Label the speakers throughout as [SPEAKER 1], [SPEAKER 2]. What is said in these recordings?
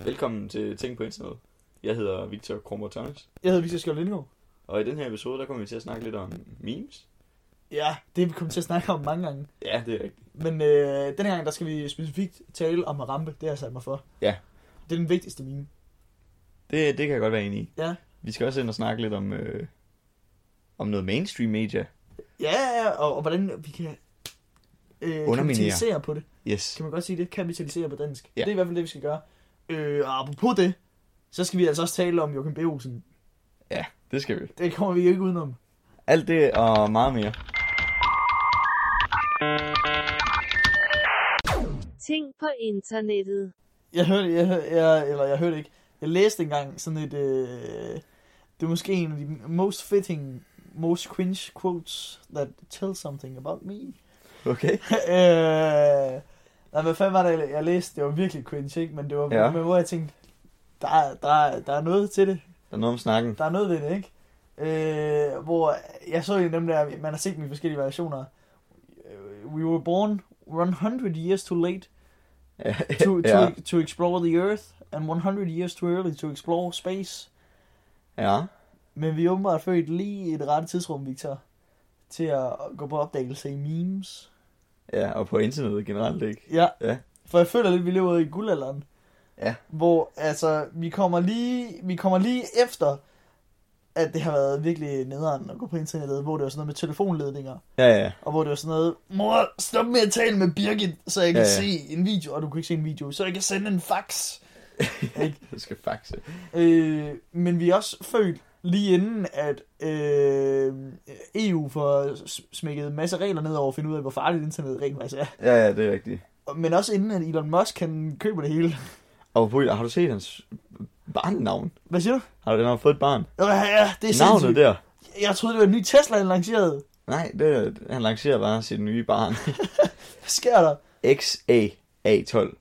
[SPEAKER 1] Velkommen til Ting på Internet. Jeg hedder Victor Krummer Thomas,
[SPEAKER 2] Jeg hedder Victor Skjold Lindgaard.
[SPEAKER 1] og i den her episode, der kommer vi til at snakke lidt om memes.
[SPEAKER 2] Ja, det er vi kommet til at snakke om mange gange.
[SPEAKER 1] Ja, det er rigtigt.
[SPEAKER 2] Men øh, denne gang, der skal vi specifikt tale om Rampe. Det har jeg sat mig for.
[SPEAKER 1] Ja.
[SPEAKER 2] Det er den vigtigste meme.
[SPEAKER 1] Det, det kan jeg godt være enig i.
[SPEAKER 2] Ja.
[SPEAKER 1] Vi skal også ind og snakke lidt om, øh, om noget mainstream media.
[SPEAKER 2] Ja, ja, og, og hvordan vi kan øh,
[SPEAKER 1] Underminere.
[SPEAKER 2] kapitalisere på det.
[SPEAKER 1] Yes.
[SPEAKER 2] Kan man godt sige det? Kapitalisere på dansk.
[SPEAKER 1] Ja.
[SPEAKER 2] Det er i hvert fald det, vi skal gøre. Øh, og apropos det, så skal vi altså også tale om Joachim B. Olsen.
[SPEAKER 1] Ja, det skal vi.
[SPEAKER 2] Det kommer vi jo ikke udenom.
[SPEAKER 1] Alt det og meget mere.
[SPEAKER 3] Ting på internettet.
[SPEAKER 2] Jeg hørte, jeg, hør- jeg, eller jeg hørte ikke, jeg læste engang sådan et, øh, det er måske en af de most fitting, most cringe quotes that tell something about me.
[SPEAKER 1] Okay.
[SPEAKER 2] øh, nej, hvad fanden var det, jeg læste? Det var virkelig cringe, ikke? Men det var,
[SPEAKER 1] Ja.
[SPEAKER 2] ja. men hvor jeg tænkte, der, er- der, er- der er noget til det.
[SPEAKER 1] Der er noget om snakken.
[SPEAKER 2] Der er noget ved det, ikke? Øh, hvor jeg så jo nemlig, at man har set dem i forskellige variationer. Øh, We were born 100 years too late
[SPEAKER 1] Ja.
[SPEAKER 2] to, to,
[SPEAKER 1] ja.
[SPEAKER 2] to explore the earth, and 100 years too early to explore space.
[SPEAKER 1] ja.
[SPEAKER 2] Men vi er åbenbart født lige i det rette tidsrum, Victor, til at gå på opdagelse i memes.
[SPEAKER 1] Ja, og på internettet generelt ikke.
[SPEAKER 2] Ja,
[SPEAKER 1] Ja.
[SPEAKER 2] for jeg føler lidt, vi lever i guldalderen.
[SPEAKER 1] Ja.
[SPEAKER 2] Hvor, altså, vi kommer lige, vi kommer lige efter, at det har været virkelig nederen at gå på internettet, hvor det var sådan noget med telefonledninger,
[SPEAKER 1] Ja, ja.
[SPEAKER 2] og hvor det var sådan noget, mor, stop med at tale med Birgit, så jeg kan
[SPEAKER 1] Ja,
[SPEAKER 2] ja,
[SPEAKER 1] ja.
[SPEAKER 2] ja. se en video, og du kunne ikke se en video, så jeg kan sende en fax.
[SPEAKER 1] Du skal faxe.
[SPEAKER 2] Øh, men vi er også født lige inden, at øh, EU får s- smækket en masse regler ned over at finde ud af, hvor farligt internet rent faktisk er.
[SPEAKER 1] Ja, ja, det er rigtigt.
[SPEAKER 2] Og- Men også inden, at Elon Musk kan købe det hele.
[SPEAKER 1] Og på, har du set hans barnnavn?
[SPEAKER 2] Hvad siger du?
[SPEAKER 1] Har du den har fået et barn?
[SPEAKER 2] Øh, ja, det er
[SPEAKER 1] Navnet
[SPEAKER 2] sindssygt.
[SPEAKER 1] der?
[SPEAKER 2] Jeg troede, det var en ny Tesla, han lancerede.
[SPEAKER 1] Nej, det, han lancerer bare sit nye barn.
[SPEAKER 2] Hvad sker der?
[SPEAKER 1] XAA12.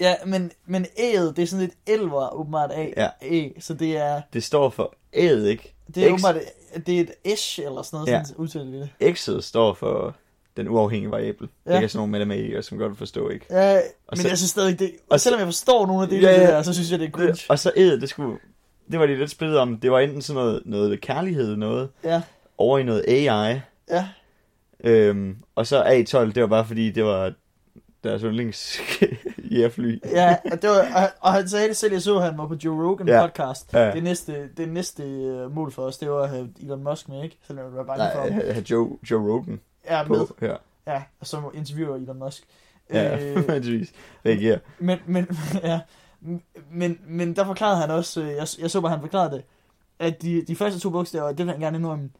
[SPEAKER 2] Ja, men, men A'et, det er sådan et elver, åbenbart A.
[SPEAKER 1] Ja.
[SPEAKER 2] A så det er,
[SPEAKER 1] Det står for æd, ikke?
[SPEAKER 2] det er
[SPEAKER 1] X,
[SPEAKER 2] åbenbart det er et ish, eller sådan noget,
[SPEAKER 1] Ja.
[SPEAKER 2] ja. sådan udtaler vi det.
[SPEAKER 1] X'et står for den uafhængige variabel. Ja. Det
[SPEAKER 2] Ja.
[SPEAKER 1] kan sådan nogle matematikere, som godt forstå, ikke?
[SPEAKER 2] Ja,
[SPEAKER 1] Og
[SPEAKER 2] men
[SPEAKER 1] så-
[SPEAKER 2] jeg synes stadig, det,
[SPEAKER 1] og
[SPEAKER 2] og
[SPEAKER 1] så-
[SPEAKER 2] selvom jeg forstår nogle af det,
[SPEAKER 1] Ja,
[SPEAKER 2] ja,
[SPEAKER 1] ja.
[SPEAKER 2] der, så synes jeg, det er cringe.
[SPEAKER 1] Og så æd, det skulle... Det var de lidt splittet om. Det var enten sådan noget, noget kærlighed, noget
[SPEAKER 2] Ja,
[SPEAKER 1] over i noget AI.
[SPEAKER 2] ja.
[SPEAKER 1] Øhm, og så A12, det var bare fordi, det var deres yndlings jægerfly.
[SPEAKER 2] Ja, og, det var, og- og han sagde det selv, jeg så, at han var på Joe Rogan
[SPEAKER 1] Ja.
[SPEAKER 2] ja. podcast.
[SPEAKER 1] Ja.
[SPEAKER 2] Ja. Det næste, det næste øh, mål for os, det var at have Elon Musk med, ikke? Selvom jeg var bange for
[SPEAKER 1] Nej,
[SPEAKER 2] ham.
[SPEAKER 1] øh, Joe, Joe Rogan
[SPEAKER 2] Ja, med.
[SPEAKER 1] på her.
[SPEAKER 2] Ja, og så interviewer Elon Musk.
[SPEAKER 1] Ja,
[SPEAKER 2] Øh,
[SPEAKER 1] øh... reagerer.
[SPEAKER 2] men, men, ja. Men, men der forklarede han også, øh, jeg, jeg så bare, han forklarede det, at de, de første to bogstaver, det vil han gerne indrømme,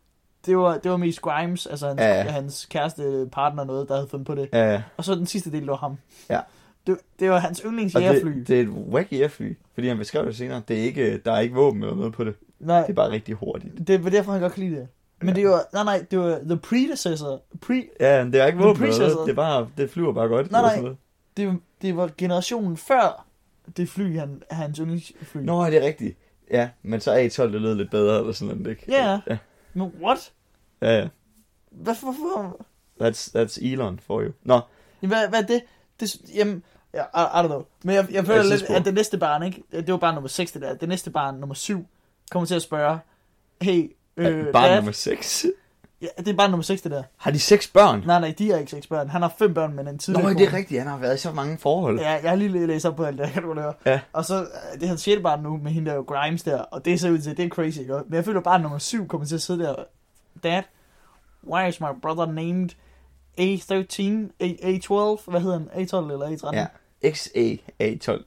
[SPEAKER 2] det var, det var mest Grimes, altså hans,
[SPEAKER 1] Ja.
[SPEAKER 2] ja. hans kæreste, partner og noget, der havde fundet på det.
[SPEAKER 1] Ja,
[SPEAKER 2] Og så den sidste del, det var ham.
[SPEAKER 1] Ja.
[SPEAKER 2] Det, det var hans yndlings
[SPEAKER 1] og
[SPEAKER 2] jægerfly.
[SPEAKER 1] det, det er et wack jægerfly, fordi han beskrev det senere. Det er ikke, der er ikke våben eller noget på det.
[SPEAKER 2] Nej.
[SPEAKER 1] Det er bare rigtig hurtigt.
[SPEAKER 2] Det var derfor, han godt kan lide det. Men det var, nej, nej, det var The Predecessor. Pre,
[SPEAKER 1] Ja, men det er ikke
[SPEAKER 2] Men
[SPEAKER 1] våben eller
[SPEAKER 2] Breeze er
[SPEAKER 1] noget.
[SPEAKER 2] sådan-
[SPEAKER 1] Det, er bare, det flyver bare godt.
[SPEAKER 2] Nej,
[SPEAKER 1] eller
[SPEAKER 2] nej.
[SPEAKER 1] sådan noget.
[SPEAKER 2] det, det var generationen før det fly, han, hans yndlingsfly. No.
[SPEAKER 1] Nå, det er rigtigt. Ja, men så A12, det lød lidt bedre eller sådan noget, ikke?
[SPEAKER 2] Ja.
[SPEAKER 1] Ja,
[SPEAKER 2] Men what?
[SPEAKER 1] ja. ja.
[SPEAKER 2] Hvad, hvorfor?
[SPEAKER 1] That's, that's Elon for you. Nå,
[SPEAKER 2] Hvad, hvad er det? det jamen, jeg, I, I don't know. Men jeg, jeg føler
[SPEAKER 1] Jeg synes
[SPEAKER 2] lidt,
[SPEAKER 1] på.
[SPEAKER 2] at det næste barn, ikke? Det var barn nummer 6, det der. Det næste barn, nummer 7, kommer til at spørge, hey, øh,
[SPEAKER 1] øh, barn
[SPEAKER 2] dad,
[SPEAKER 1] nummer 6.
[SPEAKER 2] ja, det er barn nummer 6, det der.
[SPEAKER 1] Har de seks børn?
[SPEAKER 2] Nej, nej, de er ikke seks børn. Han har fem børn, men en
[SPEAKER 1] Nå,
[SPEAKER 2] tidligere
[SPEAKER 1] det
[SPEAKER 2] kone.
[SPEAKER 1] er rigtigt. Han har været i så mange forhold.
[SPEAKER 2] Ja, jeg har lige læst op på alt det, kan du godt høre.
[SPEAKER 1] Ja.
[SPEAKER 2] Og så, øh, det er hans sjette barn nu med hende der jo Grimes der, og det ser ud til, det er crazy, ikke? Men jeg føler bare, at nummer syv kommer til at sidde der, Dad, why is my brother named A13, A, A12, hvad hedder han, A12 eller A13?
[SPEAKER 1] ja. XA A12.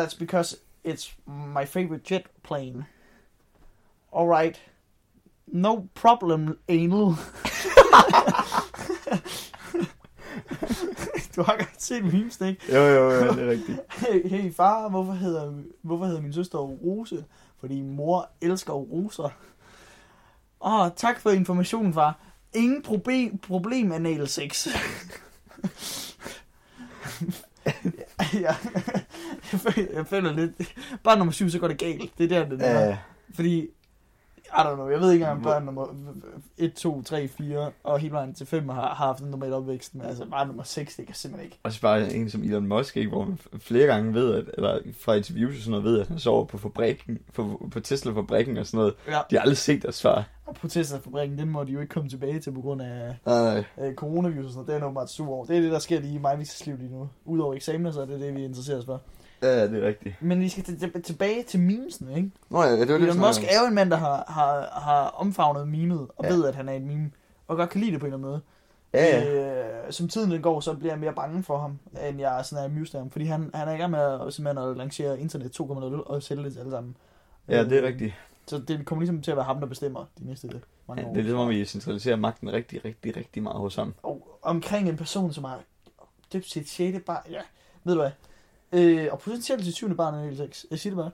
[SPEAKER 2] That's because it's my favorite jet plane. Alright. No problem, anal. du har godt set memes, ikke?
[SPEAKER 1] Jo, jo, jo, det er rigtigt.
[SPEAKER 2] Hey, hey far, hvorfor hedder, hvorfor hedder min søster Rose? Fordi mor elsker roser. Åh, tak for informationen, far. Ingen probe- problem, anal sex. jeg, jeg, føler- jeg føler lidt... Bare nummer syv, så går det galt. Det er der, det er.
[SPEAKER 1] Ja,
[SPEAKER 2] Fordi I don't know, jeg ved ikke engang, om børn nummer 1, 2, 3, 4 og hele vejen til 5 har, har haft en normal opvækst, men altså bare nummer 6, det kan jeg simpelthen ikke.
[SPEAKER 1] Og så bare en som Elon Musk, ikke, hvor man f- flere gange ved, at, eller fra interviews og sådan noget, ved, at han sover på, fabrikken, på, på Tesla-fabrikken og sådan noget.
[SPEAKER 2] Ja,
[SPEAKER 1] De har aldrig set os før.
[SPEAKER 2] og protestfabrikken, den må de jo ikke komme tilbage til på grund af
[SPEAKER 1] Nej,
[SPEAKER 2] øh, coronavirus og sådan noget. Det er nok meget super over. Det er det, der sker lige i mig, vi skal liv lige nu. Udover eksamener, så er det det, vi interesserer os for.
[SPEAKER 1] ja, det er rigtigt.
[SPEAKER 2] Men vi skal til- til- tilbage til memesen, ikke?
[SPEAKER 1] Nå ja, det var
[SPEAKER 2] Elon Musk er jo en mand, der har, har, har omfavnet memet, og
[SPEAKER 1] Ja.
[SPEAKER 2] ja. ved, at han er et meme, og godt kan lide det på en eller anden måde.
[SPEAKER 1] Ja, ja.
[SPEAKER 2] Øh, som tiden den går, så bliver jeg mere bange for ham, end jeg sådan er amused af ham. Fordi han, han er i gang med at, simpelthen at lancere internet 2.0 og sælge det til alle sammen.
[SPEAKER 1] ja, det er
[SPEAKER 2] Øh,
[SPEAKER 1] rigtigt.
[SPEAKER 2] Så det kommer ligesom til at være ham, der bestemmer de næste mange
[SPEAKER 1] Ja,
[SPEAKER 2] ja, år.
[SPEAKER 1] det er ligesom, om vi centraliserer magten rigtig, rigtig, rigtig meget hos ham.
[SPEAKER 2] Og omkring en person, som har døbt sit 6. barn. Ja, ved du hvad? Øh, og potentielt sit 7. barn er helt sex. Jeg siger det bare.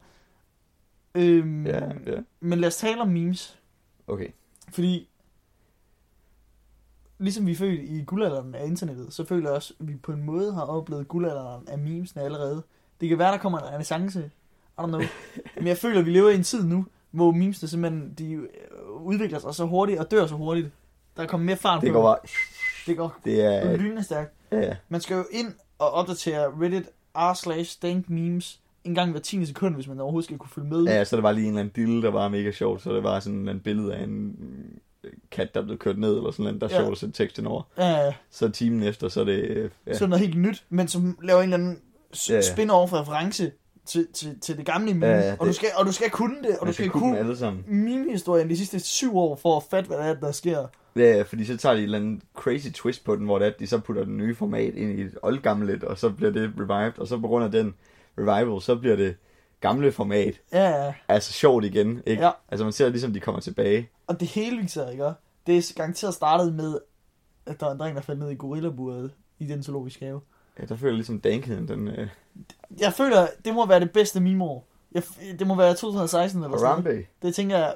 [SPEAKER 2] Øhm,
[SPEAKER 1] Ja, ja.
[SPEAKER 2] Men lad os tale om memes.
[SPEAKER 1] Okay.
[SPEAKER 2] Fordi, ligesom vi er født i guldalderen af internettet, så føler jeg også, at vi på en måde har oplevet guldalderen af memesene allerede. Det kan være, der kommer en renaissance. I don't know. Men jeg føler, at vi lever i en tid nu, hvor memesene simpelthen de øh, udvikler sig så hurtigt og dør så hurtigt. Der er kommet mere fart
[SPEAKER 1] Det går
[SPEAKER 2] på dem.
[SPEAKER 1] bare...
[SPEAKER 2] Det går
[SPEAKER 1] Det er...
[SPEAKER 2] lynende stærkt.
[SPEAKER 1] Ja, ja.
[SPEAKER 2] Man skal jo ind og opdatere Reddit r slash stank memes en gang hver 10 sekund, hvis man overhovedet skal kunne følge med.
[SPEAKER 1] ja, så er der bare lige en eller anden dille, der var mega sjovt. Så er der bare sådan en eller anden billede af en mm, kat, der er blevet kørt ned, eller sådan noget, der er
[SPEAKER 2] Ja.
[SPEAKER 1] sjovt at sætte teksten over.
[SPEAKER 2] Ja.
[SPEAKER 1] Så timen efter, så er det... øh, Ja.
[SPEAKER 2] ja. sådan noget helt nyt, men som laver en eller anden
[SPEAKER 1] Ja,
[SPEAKER 2] ja,
[SPEAKER 1] ja.
[SPEAKER 2] ja. spin-off reference til, til, til det gamle meme,
[SPEAKER 1] Ja,
[SPEAKER 2] ja,
[SPEAKER 1] ja,
[SPEAKER 2] ja, og,
[SPEAKER 1] det-
[SPEAKER 2] du skal, og du skal kunne det,
[SPEAKER 1] Man
[SPEAKER 2] og du
[SPEAKER 1] skal
[SPEAKER 2] skal
[SPEAKER 1] Altså, kunne dem
[SPEAKER 2] kunne
[SPEAKER 1] alle sammen.
[SPEAKER 2] meme-historien de sidste syv år for at fatte, hvad der er, der sker.
[SPEAKER 1] Ja, ja, fordi så tager de et eller andet crazy twist på den, hvor det er, at de så putter den nye format ind i et oldgammeligt, og så bliver det revived, og så på grund af den revival, så bliver det gamle format
[SPEAKER 2] Ja, ja.
[SPEAKER 1] altså sjovt igen, ikke?
[SPEAKER 2] Ja.
[SPEAKER 1] Altså man ser ligesom, de kommer tilbage.
[SPEAKER 2] og det hele viser, ikke? Det er garanteret startet med, at der er en dreng, der faldt ned i gorillaburet i den zoologiske have.
[SPEAKER 1] Ja, der føler jeg ligesom dankheden, den øh,
[SPEAKER 2] Jeg føler, det må være det bedste meme-år. Jeg, f- det må være 2016 eller sådan noget.
[SPEAKER 1] Harambe.
[SPEAKER 2] Det tænker jeg,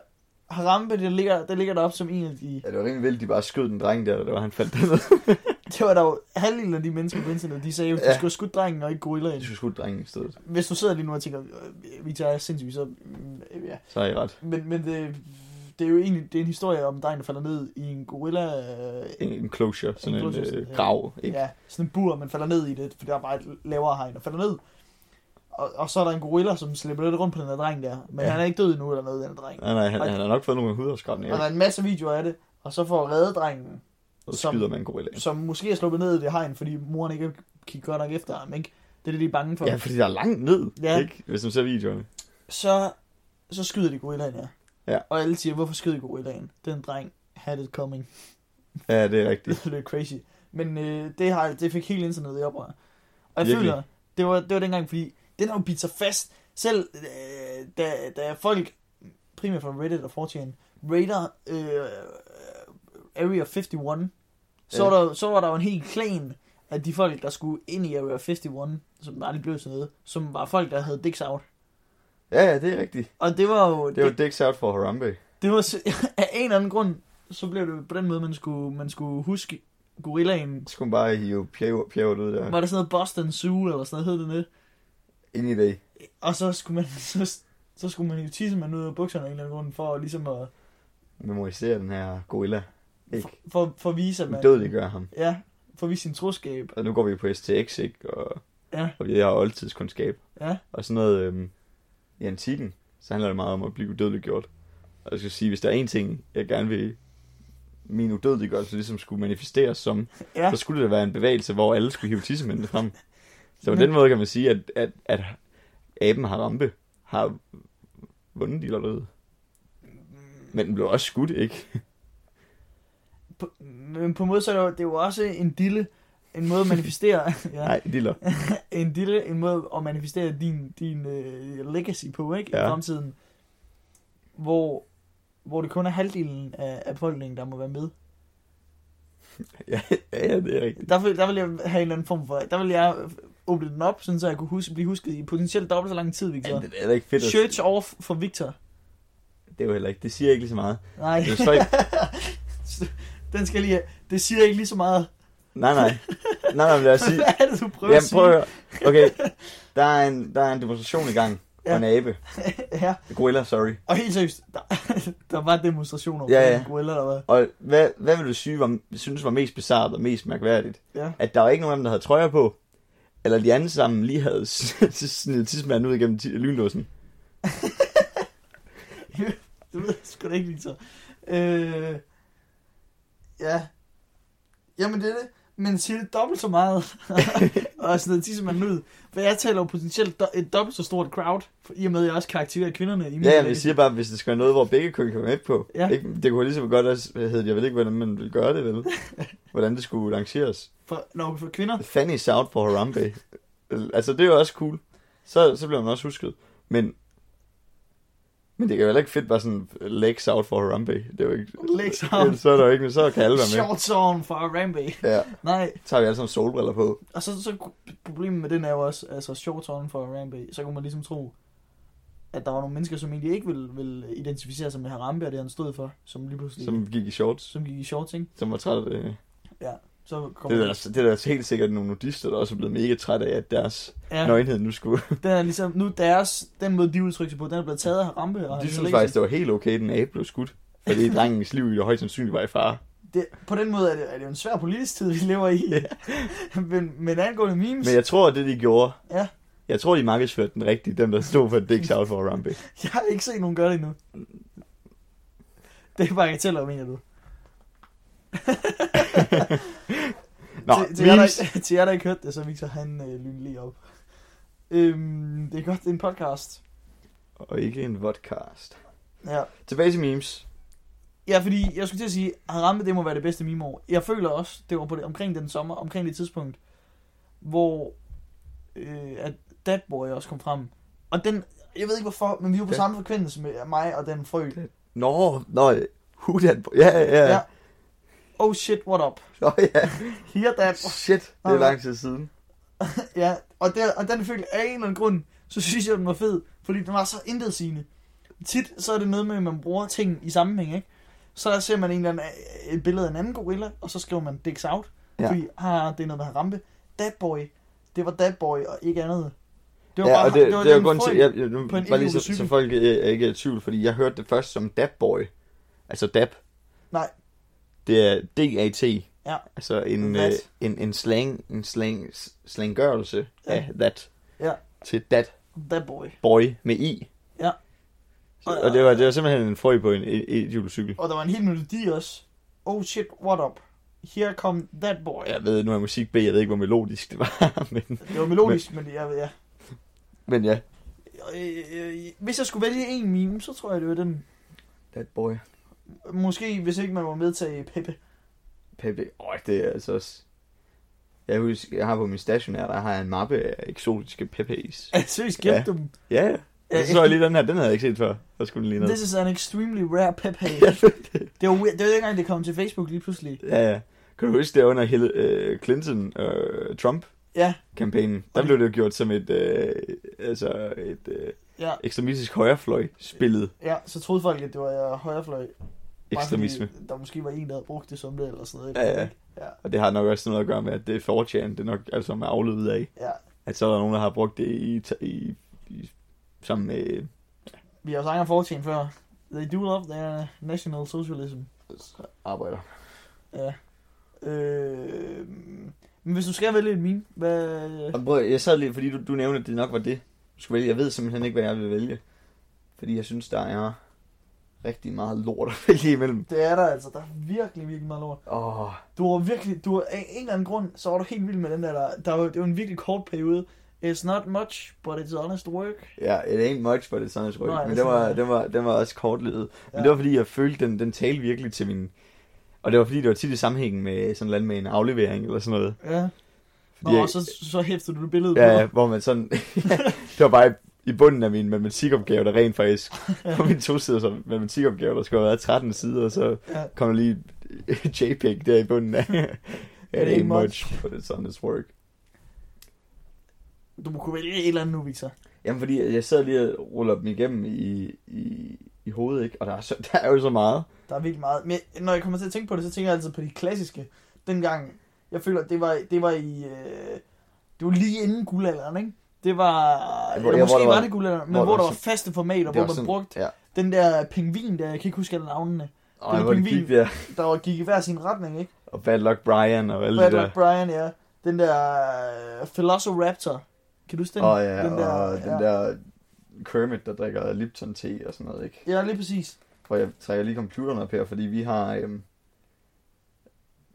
[SPEAKER 2] Harambe, det ligger, det ligger der op som en af de...
[SPEAKER 1] Ja, det var rimelig vildt, de bare skød den dreng der, der var han faldt ned.
[SPEAKER 2] Det var der jo halvdelen af de mennesker på internet, de sagde jo, at
[SPEAKER 1] Ja.
[SPEAKER 2] de skulle have skudt drengen og ikke gorillaen.
[SPEAKER 1] De skulle skyde drengen i stedet.
[SPEAKER 2] hvis du sidder lige nu og tænker, øh, vi tager sindssygt, så øh, ja.
[SPEAKER 1] Så er I ret.
[SPEAKER 2] Men, men det, det er jo egentlig det er en historie om en dreng, der falder ned i en gorilla. Øh,
[SPEAKER 1] En, en closure, sådan en,
[SPEAKER 2] closure,
[SPEAKER 1] en øh,
[SPEAKER 2] ja.
[SPEAKER 1] grav, ikke?
[SPEAKER 2] ja, sådan en bur, man falder ned i det, for der er bare et lavere hegn og falder ned. Og, og så er der en gorilla, som slipper lidt rundt på den her dreng der. Men
[SPEAKER 1] Ja.
[SPEAKER 2] ja. han er ikke død endnu eller noget, den her dreng.
[SPEAKER 1] Nej, nej, han,
[SPEAKER 2] Og-
[SPEAKER 1] han har nok fået nogle hudafskrabninger,
[SPEAKER 2] Og der
[SPEAKER 1] ikke?
[SPEAKER 2] er en masse videoer af det. Og så for at redde drengen,
[SPEAKER 1] Og så
[SPEAKER 2] som-
[SPEAKER 1] skyder man en gorilla.
[SPEAKER 2] som måske er sluppet ned i det hegn, fordi moren ikke har kigget godt nok efter ham, ikke? Det er det, de er bange for.
[SPEAKER 1] Ja, fordi der er langt ned,
[SPEAKER 2] Ja.
[SPEAKER 1] ikke? Hvis man ser videoerne.
[SPEAKER 2] så, så skyder de gorillaen, ja.
[SPEAKER 1] Ja.
[SPEAKER 2] Og alle siger, hvorfor skyder de gorillaen? Den dreng had it coming.
[SPEAKER 1] Ja, det er rigtigt.
[SPEAKER 2] Det er lidt crazy. Men øh, det, har, det fik hele internettet i oprør. Og jeg
[SPEAKER 1] Virkelig.
[SPEAKER 2] føler, det var, det var dengang, fordi den har jo bidt sig fast. Selv øh, da, da folk, primært fra Reddit og 4chan, raider øh, Area 51, så,
[SPEAKER 1] Ja.
[SPEAKER 2] var der, så var der jo en hel klan af de folk, der skulle ind i Area 51, som aldrig blev sådan noget, som var folk, der havde dicks out.
[SPEAKER 1] Ja, ja, det er rigtigt.
[SPEAKER 2] Og det var jo...
[SPEAKER 1] Det var dicks out for Harambe.
[SPEAKER 2] Det var s- af en eller anden grund, så blev det på den måde, man skulle, man skulle huske gorillaen.
[SPEAKER 1] Så skulle man bare hive pjæver- pjævret ud der.
[SPEAKER 2] Var det sådan noget Boston Zoo, eller sådan noget, hed det det?
[SPEAKER 1] Ingen idé.
[SPEAKER 2] Og så skulle man, så, så skulle man jo tisse man ud af bukserne af en eller anden grund, for ligesom at,
[SPEAKER 1] Memorisere den her gorilla. Ikke?
[SPEAKER 2] for, for at vise, at man...
[SPEAKER 1] Dødeliggør ham.
[SPEAKER 2] Ja, for at vise sin troskab.
[SPEAKER 1] Og nu går vi på STX, ikke? Og,
[SPEAKER 2] Ja.
[SPEAKER 1] og vi har oldtidskundskab.
[SPEAKER 2] Ja.
[SPEAKER 1] Og sådan noget øhm, i antikken, så handler det meget om at blive udødeliggjort. Og jeg skal sige, hvis der er en ting, jeg gerne vil min udødeliggørelse ligesom skulle manifesteres som,
[SPEAKER 2] Ja,
[SPEAKER 1] så skulle det være en bevægelse, hvor alle skulle hive tissemændene frem. Så på
[SPEAKER 2] Men-
[SPEAKER 1] den måde kan man sige, at, at, at aben Harambe har vundet i lotteriet. Men den blev også skudt, ikke?
[SPEAKER 2] på, men på en måde, så er det jo, det er jo også en dille, en måde at manifestere, ja,
[SPEAKER 1] Nej, lille.
[SPEAKER 2] en dille, en måde at manifestere din, din uh, legacy på, ikke?
[SPEAKER 1] Ja.
[SPEAKER 2] I fremtiden. Hvor, hvor det kun er halvdelen af, af befolkningen, der må være med.
[SPEAKER 1] ja, ja, det er rigtigt.
[SPEAKER 2] Der vil, der vil jeg have en eller anden form for... Der vil jeg åbne den op, sådan så jeg kunne huske, blive husket i potentielt dobbelt så lang tid,
[SPEAKER 1] Ja,
[SPEAKER 2] Victor.
[SPEAKER 1] det er da ikke fedt. At...
[SPEAKER 2] Search off for Victor.
[SPEAKER 1] Det er jo heller ikke. Det siger ikke lige så meget.
[SPEAKER 2] Nej.
[SPEAKER 1] Det er så ikke...
[SPEAKER 2] den skal jeg lige... have. Det siger ikke lige så meget.
[SPEAKER 1] Nej, nej. Nej, nej, men lad os sige...
[SPEAKER 2] Hvad er det, du prøver
[SPEAKER 1] Jamen,
[SPEAKER 2] at sige?
[SPEAKER 1] prøv at høre. Okay, der er, en, der er en demonstration i gang Ja. Og en abe.
[SPEAKER 2] ja,
[SPEAKER 1] Gorilla, sorry.
[SPEAKER 2] og helt seriøst, der, der var demonstrationer
[SPEAKER 1] Ja,
[SPEAKER 2] omkring
[SPEAKER 1] ja.
[SPEAKER 2] gorilla, der var.
[SPEAKER 1] Og hvad, hvad vil du sige, var, synes var mest bizart og mest mærkværdigt?
[SPEAKER 2] Ja.
[SPEAKER 1] At der var ikke nogen af dem, der havde trøjer på, eller de andre sammen lige havde snedet tidsmanden ud igennem ti- lynlåsen.
[SPEAKER 2] Det ved jeg sgu da ikke, Victor. Øh, ja. Jamen, det er det. Men siger det dobbelt så meget. og sådan noget tisse man ud. For jeg taler jo potentielt do- et dobbelt så stort crowd. For, I og med, at jeg også karakteriserer kvinderne i min
[SPEAKER 1] Ja, jeg
[SPEAKER 2] læse.
[SPEAKER 1] siger bare, hvis det skal være noget, hvor begge køn kan være med på.
[SPEAKER 2] Ja.
[SPEAKER 1] Ikke, det kunne lige så godt også hedde, jeg ved ikke, hvordan man ville gøre det, vel? hvordan det skulle arrangeres.
[SPEAKER 2] For, når for kvinder.
[SPEAKER 1] Fanny's out for Harambe. altså, det er jo også cool. Så, så bliver man også husket. Men, men det kan jo heller ikke fedt bare sådan, legs out for Harambe. Det er jo ikke...
[SPEAKER 2] Legs out.
[SPEAKER 1] Så er der jo ikke, så kan alle være med.
[SPEAKER 2] Shorts on for Rambe.
[SPEAKER 1] Ja,
[SPEAKER 2] Nej,
[SPEAKER 1] så har vi alle sammen solbriller på.
[SPEAKER 2] og så, så ku- problemet med den er jo også, altså shorts on for Rambe, så kunne man ligesom tro, at der var nogle mennesker, som egentlig ikke ville, ville identificere sig med Harambe, og det han stod for, som lige pludselig, som,
[SPEAKER 1] Som gik i shorts.
[SPEAKER 2] som gik i shorts, ikke?
[SPEAKER 1] Som var træt af det.
[SPEAKER 2] Så kom
[SPEAKER 1] Det er, der, det er der helt sikkert nogle nudister, der også er blevet mega træt af, at deres
[SPEAKER 2] ja.
[SPEAKER 1] ja. nøgenhed nu skulle...
[SPEAKER 2] Den er ligesom, nu deres, den måde de udtrykker sig på, den er blevet taget af Harambe. Og
[SPEAKER 1] De
[SPEAKER 2] hans
[SPEAKER 1] synes
[SPEAKER 2] forlængelse.
[SPEAKER 1] faktisk, det var helt okay, den abe blev skudt. Fordi drengens liv i det højst sandsynligt var i fare.
[SPEAKER 2] det, på den måde er det, er det jo en svær politisk tid, vi lever i. men, men angående memes,
[SPEAKER 1] Men jeg tror, at det de gjorde...
[SPEAKER 2] Ja.
[SPEAKER 1] Jeg tror, de markedsførte den rigtige, dem der stod for Dicks Out for Rampe.
[SPEAKER 2] jeg har ikke set nogen gøre det endnu. Det er bare jeg tæller, mener du.
[SPEAKER 1] Nå,
[SPEAKER 2] til, til, jer, der,
[SPEAKER 1] memes.
[SPEAKER 2] ikke- til jer, der ikke hørte det, så Victor, han øh, lyner lige op. Øhm, det er godt, det er en podcast.
[SPEAKER 1] Og ikke en vodcast.
[SPEAKER 2] Ja.
[SPEAKER 1] Tilbage til memes.
[SPEAKER 2] ja, fordi jeg skulle til at sige, Harambe, det må være det bedste meme år. Jeg føler også, det var på det, omkring den sommer, omkring det tidspunkt, hvor øh, at Datboy også kom frem. Og den, jeg ved ikke hvorfor, men vi var på
[SPEAKER 1] Ja.
[SPEAKER 2] samme frekvens med mig og den frø.
[SPEAKER 1] Nå, nå, who that boy? Ja, ja,
[SPEAKER 2] Ja.
[SPEAKER 1] ja.
[SPEAKER 2] Oh shit, what up?
[SPEAKER 1] Nå, ja.
[SPEAKER 2] Here that.
[SPEAKER 1] Shit, det
[SPEAKER 2] Nå,
[SPEAKER 1] er
[SPEAKER 2] ja.
[SPEAKER 1] lang tid siden.
[SPEAKER 2] Ja, og, der, og den følte af en eller anden grund, så synes jeg, den var fed, fordi den var så intetsigende. Tit så er det noget med, at man bruger ting i sammenhæng, ikke? Så ser man en eller anden, øh, et billede af en anden gorilla, og så skriver man dicks out, ja.
[SPEAKER 1] Ja.
[SPEAKER 2] fordi har det er noget med Harambe. That boy, det var that boy og ikke andet. Det
[SPEAKER 1] Ja, og det, det, det er jo
[SPEAKER 2] den
[SPEAKER 1] grund til,
[SPEAKER 2] frø-
[SPEAKER 1] jeg, jeg, nu,
[SPEAKER 2] på en
[SPEAKER 1] bare lige så,
[SPEAKER 2] idiotype.
[SPEAKER 1] så folk øh, er ikke i tvivl, fordi jeg hørte det først som Dab Boy. Altså Dab.
[SPEAKER 2] Nej.
[SPEAKER 1] Det er D-A-T.
[SPEAKER 2] Ja.
[SPEAKER 1] Altså en,
[SPEAKER 2] That.
[SPEAKER 1] øh, en, en slang, en slang, s- slanggørelse
[SPEAKER 2] Ja.
[SPEAKER 1] ja. af that.
[SPEAKER 2] Ja.
[SPEAKER 1] Til that
[SPEAKER 2] That boy.
[SPEAKER 1] boy med i.
[SPEAKER 2] Ja.
[SPEAKER 1] Så, og det var, det var simpelthen en frø på en e- e- julecykel.
[SPEAKER 2] Og der var en hel melodi også. Oh shit, what up? Here come that boy. Ja.
[SPEAKER 1] Jeg ved, nu er musik B, jeg ved ikke, hvor melodisk det var, men,
[SPEAKER 2] Det var melodisk, men, men jeg, jeg,
[SPEAKER 1] men ja.
[SPEAKER 2] øh, øh, hvis jeg skulle vælge en meme, så tror jeg, det var den.
[SPEAKER 1] That boy.
[SPEAKER 2] Måske, hvis ikke man var med til Peppe.
[SPEAKER 1] Pepe. Åh, det er altså også... Jeg husker, jeg har på min stationær, der har jeg en mappe af eksotiske Pepe's.
[SPEAKER 2] Altså, seriøst, gemte ja.
[SPEAKER 1] Ja.
[SPEAKER 2] dem.
[SPEAKER 1] Ja, ja.
[SPEAKER 2] Ja,
[SPEAKER 1] Jeg så jeg lige den her, den havde jeg ikke set før. Der skulle den lige
[SPEAKER 2] This
[SPEAKER 1] noget.
[SPEAKER 2] is an extremely rare Pepe. det var weird. Det var dengang, det kom til Facebook lige pludselig.
[SPEAKER 1] Ja, ja. Kan du huske det under hele øh, Clinton øh, Trump
[SPEAKER 2] Ja,
[SPEAKER 1] kampagnen? Der blev det jo gjort som et øh, altså et øh,
[SPEAKER 2] ja,
[SPEAKER 1] ekstremistisk højrefløj spillet
[SPEAKER 2] ja. Så troede folk, at det var øh, højrefløj. Bare fordi
[SPEAKER 1] ekstremisme.
[SPEAKER 2] Der måske var en, der havde brugt det som det, eller sådan noget.
[SPEAKER 1] Ja, ja.
[SPEAKER 2] ja.
[SPEAKER 1] Og det har nok også noget at gøre med, at det er 4chan, det er nok altså med afledet af.
[SPEAKER 2] ja.
[SPEAKER 1] At så er der nogen, der har brugt det i, i, i sammen med
[SPEAKER 2] Vi har jo sanget fortjent før. They do love their national socialism.
[SPEAKER 1] arbejder.
[SPEAKER 2] Ja. Øh, men hvis du skal vælge en meme, hvad...
[SPEAKER 1] Og prøv, jeg sad lige, fordi du, du nævnte, at det nok var det, du skulle vælge. Jeg ved simpelthen ikke, hvad jeg vil vælge. Fordi jeg synes, der er rigtig meget lort at vælge imellem.
[SPEAKER 2] Det er der altså. Der er virkelig, virkelig meget lort.
[SPEAKER 1] Åh, oh,
[SPEAKER 2] Du var virkelig, du var, af en eller anden grund, så var du helt vild med den der, der, der var, det var en virkelig kort periode. It's not much, but it's honest work.
[SPEAKER 1] ja, it ain't much, but it's honest work.
[SPEAKER 2] Nej,
[SPEAKER 1] Nej, Men
[SPEAKER 2] det
[SPEAKER 1] det var,
[SPEAKER 2] er-
[SPEAKER 1] det var, den var også kortlevet. Men
[SPEAKER 2] Ja.
[SPEAKER 1] det var, fordi jeg følte, den, den talte virkelig til min... Og det var, fordi det var tit i sammenhæng med sådan noget med en aflevering eller sådan noget.
[SPEAKER 2] Ja. Nå,
[SPEAKER 1] Fordi jeg-
[SPEAKER 2] og så, så hæfter du det billede på.
[SPEAKER 1] Ja, ja, hvor man sådan... det var bare i- i bunden af min matematikopgave, der rent faktisk... På min to sider som matematikopgave, der skulle have været 13 sider, og så
[SPEAKER 2] Ja.
[SPEAKER 1] kom der lige JPEG der i bunden af.
[SPEAKER 2] It
[SPEAKER 1] It
[SPEAKER 2] ain't
[SPEAKER 1] ain't much, but it's on this work.
[SPEAKER 2] Du må kunne vælge et eller andet nu, Victor.
[SPEAKER 1] Jamen, fordi jeg sidder lige og ruller dem igennem i, i, i hovedet, ikke? Og der er, så, der er jo så meget.
[SPEAKER 2] Der er virkelig meget. Men når jeg kommer til at tænke på det, så tænker jeg altid på de klassiske. Dengang, jeg føler, det var, det var i... Øh, det var lige inden guldalderen, ikke? Det var... Hvor,
[SPEAKER 1] ja,
[SPEAKER 2] eller
[SPEAKER 1] hvor
[SPEAKER 2] måske
[SPEAKER 1] der
[SPEAKER 2] var,
[SPEAKER 1] var-
[SPEAKER 2] det guldalderen, men
[SPEAKER 1] hvor
[SPEAKER 2] hvor,
[SPEAKER 1] der var
[SPEAKER 2] hvor der var
[SPEAKER 1] sådan-
[SPEAKER 2] faste formater,
[SPEAKER 1] Det
[SPEAKER 2] hvor
[SPEAKER 1] var
[SPEAKER 2] man
[SPEAKER 1] sådan-
[SPEAKER 2] brugte
[SPEAKER 1] Ja.
[SPEAKER 2] den der pingvin der, jeg kan ikke huske alle navnene,
[SPEAKER 1] Ej, hvor det
[SPEAKER 2] pingvin.
[SPEAKER 1] gik der.
[SPEAKER 2] der var, gik i hver sin retning, ikke?
[SPEAKER 1] Og Bad Luck Brian og alle
[SPEAKER 2] Brad
[SPEAKER 1] de der.
[SPEAKER 2] Rock Brian, ja. Den der uh, Velociraptor. Kan du huske den?
[SPEAKER 1] Åh oh, ja,
[SPEAKER 2] den
[SPEAKER 1] den der, og den der Kermit, der drikker Lipton te og sådan noget, ikke?
[SPEAKER 2] Ja, lige præcis.
[SPEAKER 1] Hvor jeg trækker lige computeren op her, fordi vi har... Øhm,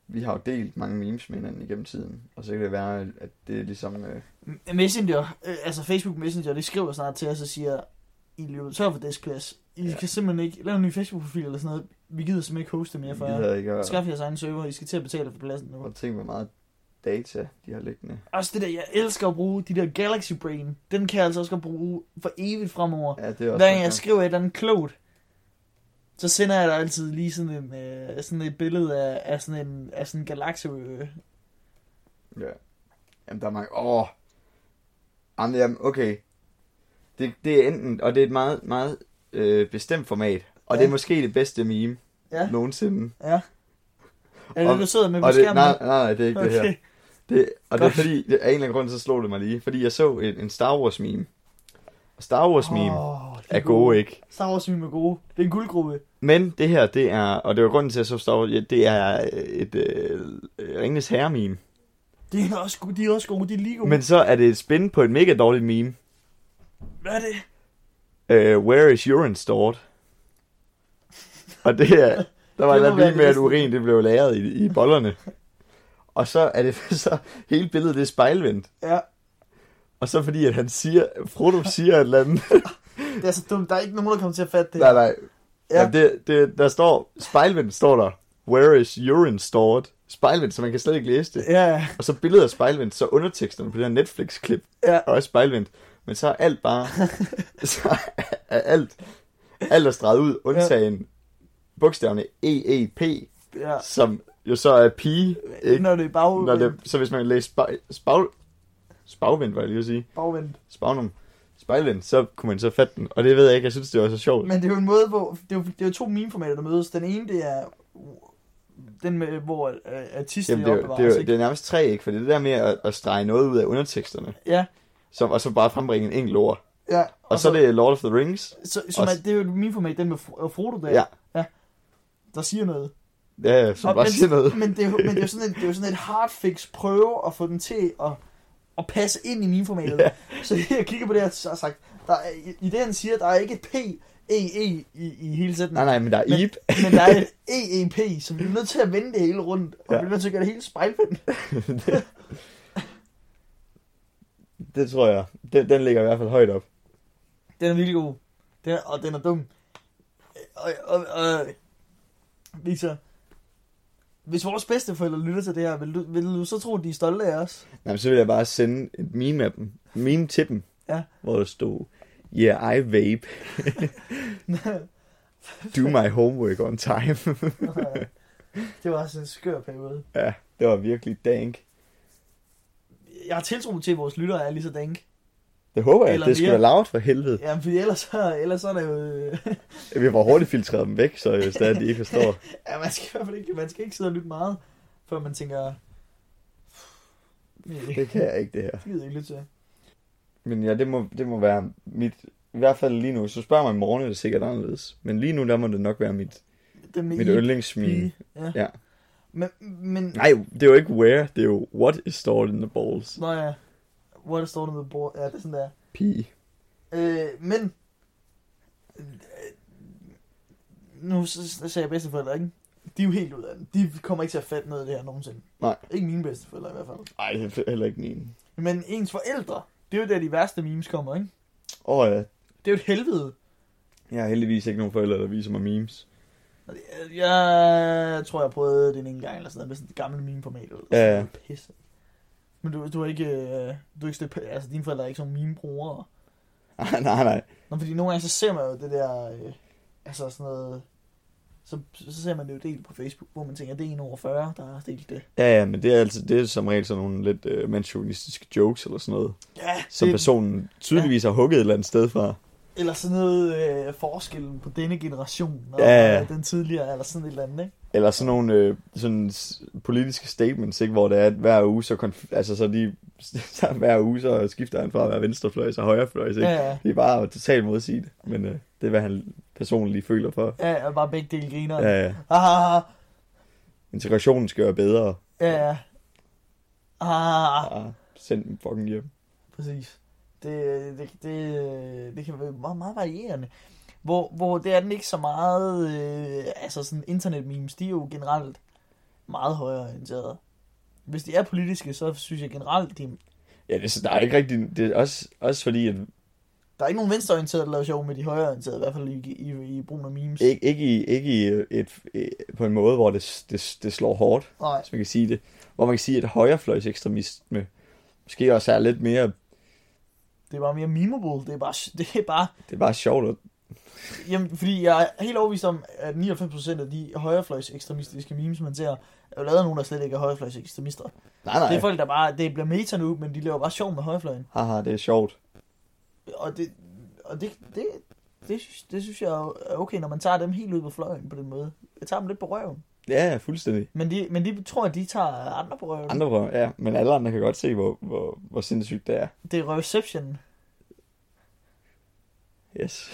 [SPEAKER 1] vi har jo delt mange memes med hinanden igennem tiden, og så kan det være, at det er ligesom... Øh,
[SPEAKER 2] M- Messenger, øh, altså Facebook Messenger, de skriver snart til os og siger, I løber tør for deskplads. I
[SPEAKER 1] Ja.
[SPEAKER 2] ja. kan simpelthen ikke lave en ny Facebook-profil eller sådan noget. Vi gider simpelthen ikke hoste mere for
[SPEAKER 1] vi
[SPEAKER 2] jer.
[SPEAKER 1] havde ikke at,
[SPEAKER 2] Skaff jeres egen server, I skal til at betale for pladsen nu.
[SPEAKER 1] at tænke, hvor meget data de har liggende.
[SPEAKER 2] Også det der, jeg elsker at bruge, de der Galaxy Brain, den kan jeg altså også godt bruge for evigt fremover.
[SPEAKER 1] Ja, det er også...
[SPEAKER 2] Hver gang jeg skriver et eller andet klogt, så sender jeg dig altid lige sådan, en, øh, sådan et billede af, af sådan en, af sådan en galakse. Øh.
[SPEAKER 1] Ja. Jamen, der er mange... Åh! Jamen, jamen, okay. Det, det er enten... Og det er et meget, meget øh, bestemt format. Og ja. det er
[SPEAKER 2] Ja.
[SPEAKER 1] måske det bedste meme
[SPEAKER 2] Ja.
[SPEAKER 1] nogensinde.
[SPEAKER 2] Ja. Er det
[SPEAKER 1] Og-
[SPEAKER 2] det, du sidder med på
[SPEAKER 1] Og det, nej,
[SPEAKER 2] skærmen?
[SPEAKER 1] nej, nej, det er ikke okay. det her.
[SPEAKER 2] Okay.
[SPEAKER 1] Det, og det er
[SPEAKER 2] Godt.
[SPEAKER 1] fordi, det, af en eller anden grund, så slog det mig lige. Fordi jeg så en, en Star Wars meme. Og Star Wars meme oh,
[SPEAKER 2] Åh, de
[SPEAKER 1] er gode, ikke?
[SPEAKER 2] Star Wars meme er gode. Det er en guldgruppe.
[SPEAKER 1] Men det her, det er... Og det var grunden til, at jeg så Star Wars... ja, Det er et øh, Ringnes Herre meme.
[SPEAKER 2] Det er også gode. De er også gode. De er lige gode.
[SPEAKER 1] Men så er det et spin på et mega dårligt meme.
[SPEAKER 2] Hvad er det?
[SPEAKER 1] Uh, where is urine stored? Og det er... Der var
[SPEAKER 2] Det må
[SPEAKER 1] et
[SPEAKER 2] være
[SPEAKER 1] lige
[SPEAKER 2] det
[SPEAKER 1] med, at
[SPEAKER 2] næste.
[SPEAKER 1] urin det blev lagret i, i bollerne. Og så er det så hele billedet det er spejlvendt.
[SPEAKER 2] Ja,
[SPEAKER 1] Og så fordi, at han siger, Frodo siger et eller andet.
[SPEAKER 2] det er så dumt. Der er ikke nogen, der kommer til at fatte det.
[SPEAKER 1] nej, nej.
[SPEAKER 2] Ja.
[SPEAKER 1] Ja. Jamen, det, det, der står, spejlvendt står der, where is urine stored? Spejlvendt, så man kan slet ikke læse det.
[SPEAKER 2] Ja, ja.
[SPEAKER 1] Og så billedet af spejlvendt, så underteksterne på det her Netflix-klip
[SPEAKER 2] ja.
[SPEAKER 1] er også spejlvendt. Men så er alt bare, så er alt, alt er streget ud, undtagen bogstaverne EEP,
[SPEAKER 2] ja.
[SPEAKER 1] som jo så er pige, ikke?
[SPEAKER 2] Når det er bag...
[SPEAKER 1] Når det, så hvis man læser spag, spag, spagvendt, var jeg lige at sige,
[SPEAKER 2] bagvendt.
[SPEAKER 1] spagnum, spejlvendt, så kunne man så fatte den. Og det ved jeg ikke, jeg synes, det var så sjovt.
[SPEAKER 2] Men det er jo en måde, hvor... Det er jo, det er jo to meme-formater, der mødes. Den ene, det er... Den, med, hvor øh, artisten
[SPEAKER 1] Jamen, det, er, jo- det, er, jo- det er nærmest tre, ikke? For det er det der med at, at strege noget ud af underteksterne,
[SPEAKER 2] Ja,
[SPEAKER 1] som, og så bare frembringe en enkelt ord.
[SPEAKER 2] ja.
[SPEAKER 1] Og, og så, så er det Lord of the Rings.
[SPEAKER 2] Så, som
[SPEAKER 1] og-
[SPEAKER 2] er, det er jo et meme-format, den med Fro- og Frodo der,
[SPEAKER 1] Ja.
[SPEAKER 2] der siger noget.
[SPEAKER 1] Ja, som
[SPEAKER 2] Og-
[SPEAKER 1] bare
[SPEAKER 2] men,
[SPEAKER 1] siger noget.
[SPEAKER 2] Men det, er jo, men det er jo sådan et, det er jo sådan et hardfix prøve at få den til at, at passe ind i min formatet.
[SPEAKER 1] Ja.
[SPEAKER 2] Så jeg kigger på det her så har jeg sagt, der er, i- i det han siger, der er ikke et P, E, E i, i hele
[SPEAKER 1] Nej,
[SPEAKER 2] sætningen.
[SPEAKER 1] nej, men der er
[SPEAKER 2] Men-
[SPEAKER 1] Ip.
[SPEAKER 2] Men der er et EEP, så vi er nødt til at vende det hele rundt, og
[SPEAKER 1] Ja.
[SPEAKER 2] ja. vi er nødt til at gøre det hele spejlvendt.
[SPEAKER 1] det tror jeg. Den, den ligger i hvert fald højt op.
[SPEAKER 2] Den er virkelig god, den er, og den er dum. Og, og, og Victor, hvis vores bedsteforældre lytter til det her, vil du, vil du så tro, at de er stolte af os?
[SPEAKER 1] Jamen, så vil jeg bare sende et meme af dem. Meme til dem.
[SPEAKER 2] Ja.
[SPEAKER 1] Hvor der stod, yeah, I vape. Do my homework on time.
[SPEAKER 2] det var også en skør periode.
[SPEAKER 1] ja, det var virkelig dank.
[SPEAKER 2] Jeg har tiltro til, at vores lyttere er lige så dank.
[SPEAKER 1] Det håber jeg.
[SPEAKER 2] Eller
[SPEAKER 1] det skulle være
[SPEAKER 2] mere.
[SPEAKER 1] lavet for helvede.
[SPEAKER 2] Jamen, fordi ellers så, ellers så er der jo... øh,
[SPEAKER 1] Vi har hurtigt filtreret dem væk, så hvis det er, at de ikke forstår.
[SPEAKER 2] ja, man skal i hvert fald ikke, man skal ikke sidde og lytte meget, før man tænker...
[SPEAKER 1] Det kan jeg ikke, det her.
[SPEAKER 2] Det gider jeg ikke lytte til.
[SPEAKER 1] Men ja, det må, det må være mit... I hvert fald lige nu, så spørger man i morgen, er det sikkert anderledes. Men lige nu, der må det nok være mit,
[SPEAKER 2] Den med
[SPEAKER 1] mit
[SPEAKER 2] I-
[SPEAKER 1] yndlingsmeme.
[SPEAKER 2] I- Ja.
[SPEAKER 1] Ja.
[SPEAKER 2] Men, men...
[SPEAKER 1] Nej, det er jo ikke where, det er jo what is stored in the balls.
[SPEAKER 2] Nå ja. Hvor er det står der med bord? Ja, det er sådan der.
[SPEAKER 1] Pige.
[SPEAKER 2] Øh, men... Øh, nu s- s- sagde jeg bedsteforældre, ikke? De er jo helt ud af den. De kommer ikke til at fatte noget af det her nogensinde.
[SPEAKER 1] Nej.
[SPEAKER 2] Ikke mine bedsteforældre i hvert fald.
[SPEAKER 1] Nej, det er heller ikke min.
[SPEAKER 2] Men ens forældre, det er jo der de værste memes kommer, ikke?
[SPEAKER 1] Åh oh, ja,
[SPEAKER 2] Det er jo et helvede.
[SPEAKER 1] jeg har heldigvis ikke nogen forældre, der viser mig memes.
[SPEAKER 2] Jeg tror, jeg prøvede det en enkelt gang eller sådan noget, med sådan et gammelt meme-format. Eller sådan
[SPEAKER 1] Ja.
[SPEAKER 2] noget Pisse. Men du, du er ikke, øh, du er ikke stødt, altså dine forældre er ikke sådan meme-brugere.
[SPEAKER 1] Ah, nej, nej.
[SPEAKER 2] Nå, fordi nogle gange så ser man jo det der, øh, altså sådan noget, så, så ser man det jo delt på Facebook, hvor man tænker, det er en over 40, der har delt det.
[SPEAKER 1] Ja, ja, men det er, altså, det er som regel sådan nogle lidt øh, manchuristiske jokes eller sådan noget,
[SPEAKER 2] Ja,
[SPEAKER 1] som
[SPEAKER 2] det,
[SPEAKER 1] personen tydeligvis har hugget et eller andet sted fra.
[SPEAKER 2] Eller sådan noget øh, forskellen på denne generation, og
[SPEAKER 1] Ja, ja.
[SPEAKER 2] ja. den tidligere, eller sådan et eller andet, ikke?
[SPEAKER 1] Eller sådan nogle øh, sådan s- politiske statements, ikke, hvor det er, at hver uge, så, konf- altså, så de, så hver uge, så skifter han fra at være venstrefløj til højrefløj. Ikke?
[SPEAKER 2] Ja, ja.
[SPEAKER 1] Det er bare at totalt modsige det, men øh, det er, hvad han personligt lige føler for.
[SPEAKER 2] Ja, ja, bare begge dele griner. Ja.
[SPEAKER 1] Ja, ja.
[SPEAKER 2] Ah,
[SPEAKER 1] Integrationen skal være bedre.
[SPEAKER 2] ja, ja. Ah,
[SPEAKER 1] Ah, send dem fucking hjem.
[SPEAKER 2] præcis. Det, det, øh, det, det kan være meget, meget varierende. Hvor, hvor det er den ikke så meget, øh, altså sådan internet-memes, de er jo generelt meget højere orienterede. Hvis de er politiske, så synes jeg generelt, de,
[SPEAKER 1] Ja, det, er så- der er ikke rigtig... Det er også, også fordi, at
[SPEAKER 2] der er ikke nogen venstreorienterede, der laver sjov med de højreorienterede, i hvert fald i, i, i brugen af memes.
[SPEAKER 1] ikke, ikke, i, ikke i et, et, på en måde, hvor det, det, det slår hårdt,
[SPEAKER 2] Nej,
[SPEAKER 1] hvis man kan sige det. Hvor man kan sige, at højrefløjs ekstremisme måske også er lidt mere...
[SPEAKER 2] det er bare mere memeable, det er bare, det er bare
[SPEAKER 1] Det er bare sjovt at
[SPEAKER 2] Jamen, fordi jeg er helt overbevist om, at 99% af de højrefløjs ekstremistiske memes, man ser, er jo lavet af nogen, der slet ikke er højrefløjs ekstremister.
[SPEAKER 1] Nej, nej.
[SPEAKER 2] Det er folk, der bare, det bliver meta nu, men de laver bare sjov med højrefløjen.
[SPEAKER 1] Haha, det er sjovt.
[SPEAKER 2] Og det, og det, det, det, synes, det synes jeg er okay, når man tager dem helt ud på fløjen på den måde. Jeg tager dem lidt på røven.
[SPEAKER 1] Ja, ja, fuldstændig.
[SPEAKER 2] Men de, men de tror, at de tager andre på røven.
[SPEAKER 1] Andre prøver, ja. Men alle andre kan godt se, hvor, hvor, hvor sindssygt det er.
[SPEAKER 2] Det er reception.
[SPEAKER 1] Yes.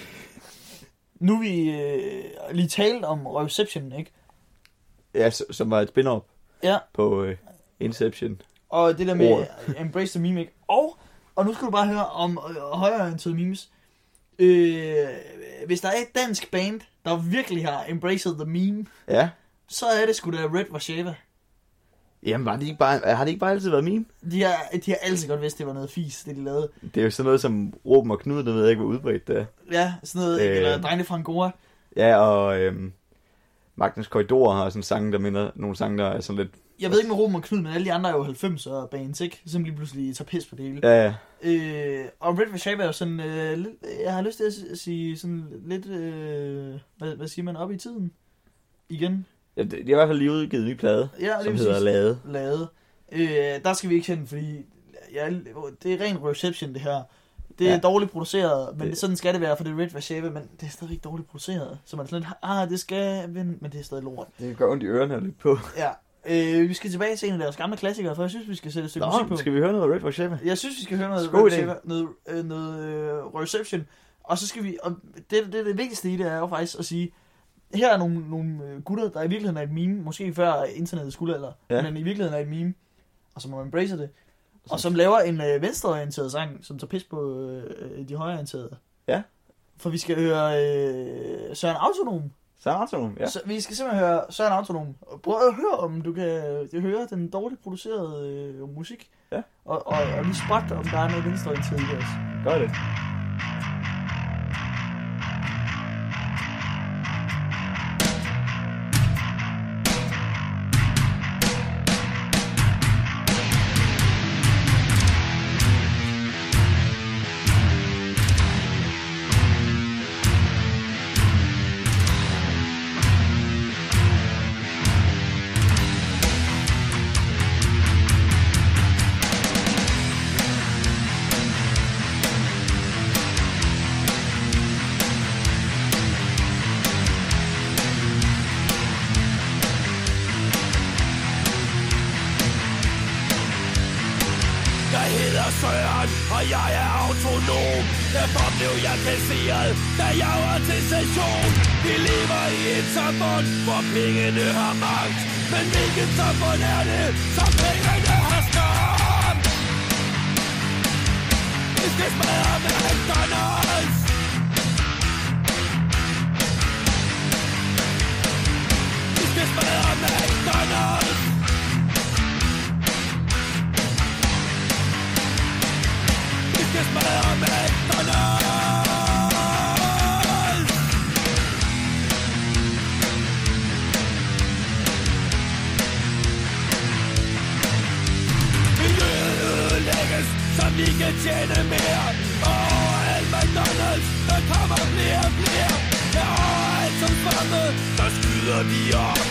[SPEAKER 2] Nu er vi øh, lige talt om reception, ikke?
[SPEAKER 1] Ja, s- som var et spin-off
[SPEAKER 2] Ja.
[SPEAKER 1] på øh, Inception.
[SPEAKER 2] Og det der med
[SPEAKER 1] Ordet.
[SPEAKER 2] embrace the meme, ikke? Og, og nu skal du bare høre om øh, højreorienterede memes. Øh, hvis der er et dansk band, der virkelig har embraced the meme,
[SPEAKER 1] Ja.
[SPEAKER 2] så er det sgu da Red Varsava.
[SPEAKER 1] Jamen, var det ikke bare, har det ikke bare altid været meme?
[SPEAKER 2] De har, de har altid godt vidst, det var noget fis, det de lavede.
[SPEAKER 1] Det er jo sådan noget som Råben og Knud, det ved jeg ikke, hvor udbredt det er.
[SPEAKER 2] Ja, sådan noget, øh.
[SPEAKER 1] Øh.
[SPEAKER 2] eller Drengene fra Angora.
[SPEAKER 1] Ja, og øhm, Magnus Korridor har sådan sange, der minder nogle sange, der er sådan lidt...
[SPEAKER 2] Jeg ved ikke med Ruben og Knud, men alle de andre er jo 90'er bands, ikke? Som lige pludselig tager pis på det hele. Ja.
[SPEAKER 1] Ja, ja.
[SPEAKER 2] Øh, og Red Varsava er jo sådan, øh, lidt, jeg har lyst til at s- sige sådan lidt, øh, hvad, hvad siger man, op i tiden? Igen.
[SPEAKER 1] Ja, det, de har i hvert fald lige udgivet en ny plade,
[SPEAKER 2] Ja, lige
[SPEAKER 1] som
[SPEAKER 2] præcis.
[SPEAKER 1] hedder Lade.
[SPEAKER 2] lavet. Øh, der skal vi ikke hen, fordi ja, det er ren reception, det her. Det er ja.
[SPEAKER 1] Ja.
[SPEAKER 2] dårligt produceret, men det...
[SPEAKER 1] Det-
[SPEAKER 2] sådan skal det være, for det er Red Vashava, men det er stadigvæk dårligt produceret. Så man er sådan lidt, ah, det skal vinde, men det er stadig lort.
[SPEAKER 1] Det gør ondt i ørerne at lytte på.
[SPEAKER 2] Ja. Øh, vi skal tilbage til en af deres gamle klassikere, for jeg synes, vi skal sætte et stykke musik
[SPEAKER 1] Nå,
[SPEAKER 2] på.
[SPEAKER 1] skal vi høre noget Red Vashema?
[SPEAKER 2] Jeg synes, vi skal høre noget
[SPEAKER 1] God
[SPEAKER 2] Red
[SPEAKER 1] idé.
[SPEAKER 2] Vashava, noget, øh, noget øh, reception, og så skal vi, og det, det, det vigtigste i det er jo faktisk at sige, her er nogle, nogle øh, gutter, der i virkeligheden er et meme, måske før internettets guldalder, ja.
[SPEAKER 1] Ja.
[SPEAKER 2] men i virkeligheden er et meme, og som man embracer det, og som laver en øh, venstreorienteret sang, som tager pis på øh, øh, de højreorienterede.
[SPEAKER 1] Ja.
[SPEAKER 2] For vi skal høre øh, Søren Autonom.
[SPEAKER 1] Sartum, ja.
[SPEAKER 2] Ja. Så, vi skal simpelthen høre Søren Autonom. Og Prøv at høre, om du kan øh, høre den dårligt producerede øh, musik.
[SPEAKER 1] Ja.
[SPEAKER 2] Og, og, og lige spot, om der er noget venstreorienteret i det også.
[SPEAKER 1] Gør det.
[SPEAKER 4] Jeg hedder Søren, og jeg er autonom Derfor blev jeg kasseret, da jeg var til session Vi lever i et samfund, hvor pengene har magt Men hvilket samfund er det, som pengene har skabt? Vi skal smadre med McDonald's Vi skal smadre med McDonald's Vi skal smadre McDonald's Miljøet ødelægges, så vi kan tjene mere Og overalt McDonald's, der kommer flere og flere Ja, overalt som fremme, der skyder de op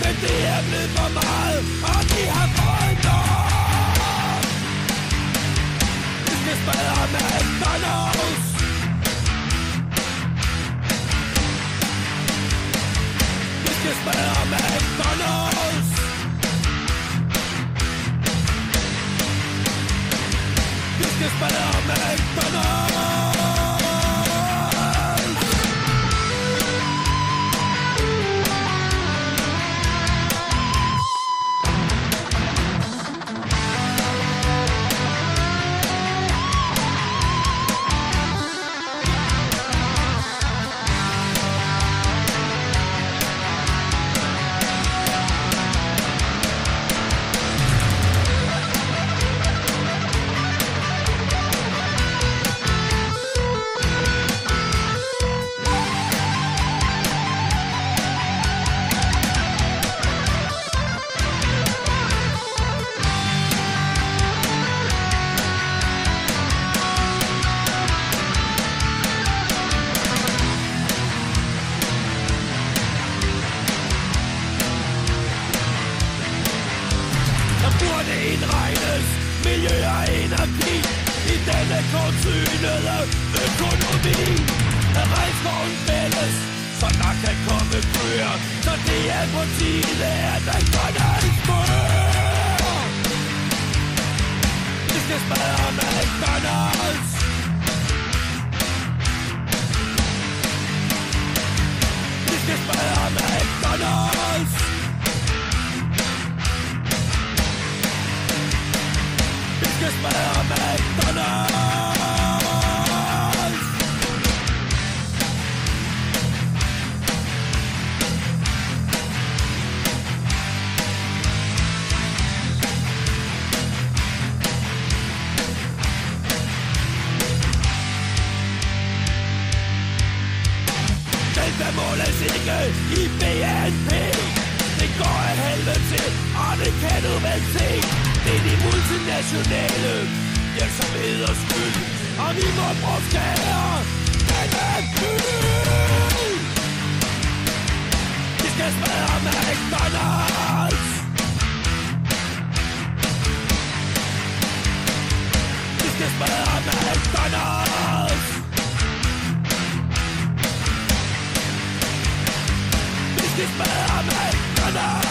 [SPEAKER 4] Men det er blevet for meget, og de har fået nok Business bedre med McDonald's Business bedre med McDonald's manglede økonomi Er regnskoven fælles, så der kan komme køer Så det er på tide, at der godt er en smør Vi skal smadre McDonald's Vi skal smadre McDonald's Vi skal smadre McDonald's Den kan måles ikke i BNP Det går af helvede til, og det kan du vel se Det er de multinationale virksomheders skyld Og vi må proskere denne by Vi skal smadre McDonald's Vi skal smadre McDonald's Vi skal smadre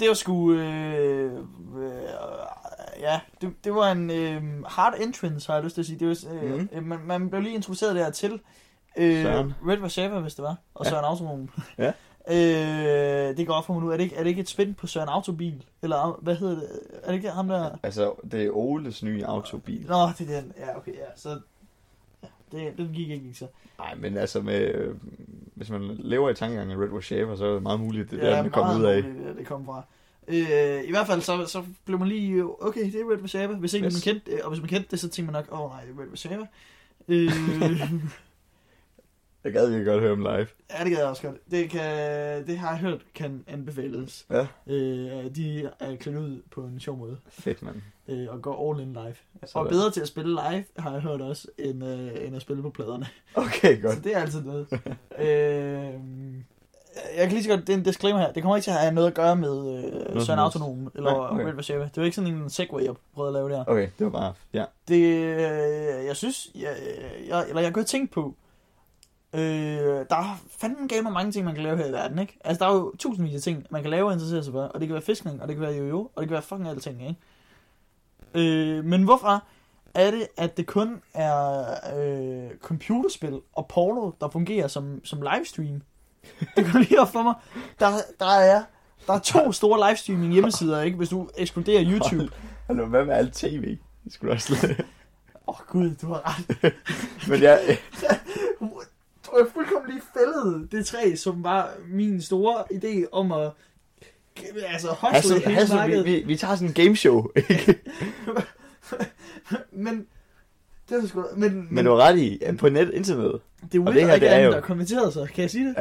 [SPEAKER 2] Det var sgu... Øh, øh, ja, det, det var en øh, hard entrance, har jeg lyst til at sige. Det var, øh,
[SPEAKER 1] Mhm.
[SPEAKER 2] mm. man, man blev lige introduceret dertil. Øh,
[SPEAKER 1] Søren.
[SPEAKER 2] Red Vashava, hvis det var. Og
[SPEAKER 1] Ja.
[SPEAKER 2] Søren Automobil.
[SPEAKER 1] Ja.
[SPEAKER 2] Øh, det går op for mig nu. Er det, ikke, er det ikke et spin på Søren Autobil? Eller hvad hedder det? Er det ikke ham der...
[SPEAKER 1] Altså, det er Oles nye autobil.
[SPEAKER 2] Nå, det er den. Ja, okay, ja. Så... Ja, det, den gik ikke lige så.
[SPEAKER 1] Nej, men altså, med, øh, hvis man lever i tankegangen af Red Warshaver, så er det meget muligt, det er
[SPEAKER 2] Ja,
[SPEAKER 1] der, den er kommet
[SPEAKER 2] meget
[SPEAKER 1] ud af.
[SPEAKER 2] muligt, Det, er der, det kom fra. Øh, I hvert fald, så, så blev man lige, okay, det er Red Vasaba. Hvis ikke
[SPEAKER 1] Yes.
[SPEAKER 2] man kendte det, og hvis man kendte det, så tænkte man nok, åh oh, nej, det er Red Vasaba. Øh,
[SPEAKER 1] Jeg gad virkelig godt høre dem live.
[SPEAKER 2] ja, det gad jeg også godt. Det, kan, det har jeg hørt, kan anbefales.
[SPEAKER 1] Ja.
[SPEAKER 2] Øh, de er klædt ud på en sjov måde,
[SPEAKER 1] Fedt, mand.
[SPEAKER 2] øh, og går all in live. Og
[SPEAKER 1] Sådan.
[SPEAKER 2] bedre til at spille live, har jeg hørt også, end, øh, end at spille på pladerne.
[SPEAKER 1] Okay, godt.
[SPEAKER 2] Så det er altid noget. øh, jeg kan lige så godt, det er en disclaimer her, det kommer ikke til at have noget at gøre med øh,
[SPEAKER 1] som
[SPEAKER 2] Søren
[SPEAKER 1] helst.
[SPEAKER 2] Autonom eller
[SPEAKER 1] Nej, okay.
[SPEAKER 2] Red Vaseva. Det var ikke sådan en segway, jeg prøvede at lave der.
[SPEAKER 1] Okay, det var bare... Ja,
[SPEAKER 2] Det, øh, jeg synes, jeg, øh, jeg, eller jeg kan godt tænke på, øh, der er fandme gav mig mange ting, man kan lave her i verden, ikke? Altså, der er jo tusindvis af ting, man kan lave og interessere sig for, og det kan være fiskning, og det kan være jojo, og det kan være fucking alting, ikke? Øh, men hvorfor er det, at det kun er øh, computerspil og porno, der fungerer som, som livestream? Det går lige op for mig. Der, der er... Der er to store livestreaming hjemmesider, ikke? Hvis du ekskluderer YouTube.
[SPEAKER 1] altså, hvad med alt tv? Det skulle du også lade.
[SPEAKER 2] Åh oh, gud, du har ret.
[SPEAKER 1] Men jeg,
[SPEAKER 2] Du har fuldkommen lige fældet det træ, som var min store idé om at altså hostle
[SPEAKER 1] Hassel,
[SPEAKER 2] hele
[SPEAKER 1] Hassel,
[SPEAKER 2] markedet.
[SPEAKER 1] vi, vi, vi tager sådan en gameshow.
[SPEAKER 2] Men det er sgu... Men,
[SPEAKER 1] Men du har ret i, på net, internettet.
[SPEAKER 2] det er
[SPEAKER 1] og
[SPEAKER 2] weird,
[SPEAKER 1] det her,
[SPEAKER 2] at ikke
[SPEAKER 1] det er
[SPEAKER 2] andet,
[SPEAKER 1] jo-
[SPEAKER 2] der kommenterede sig. Kan jeg sige det?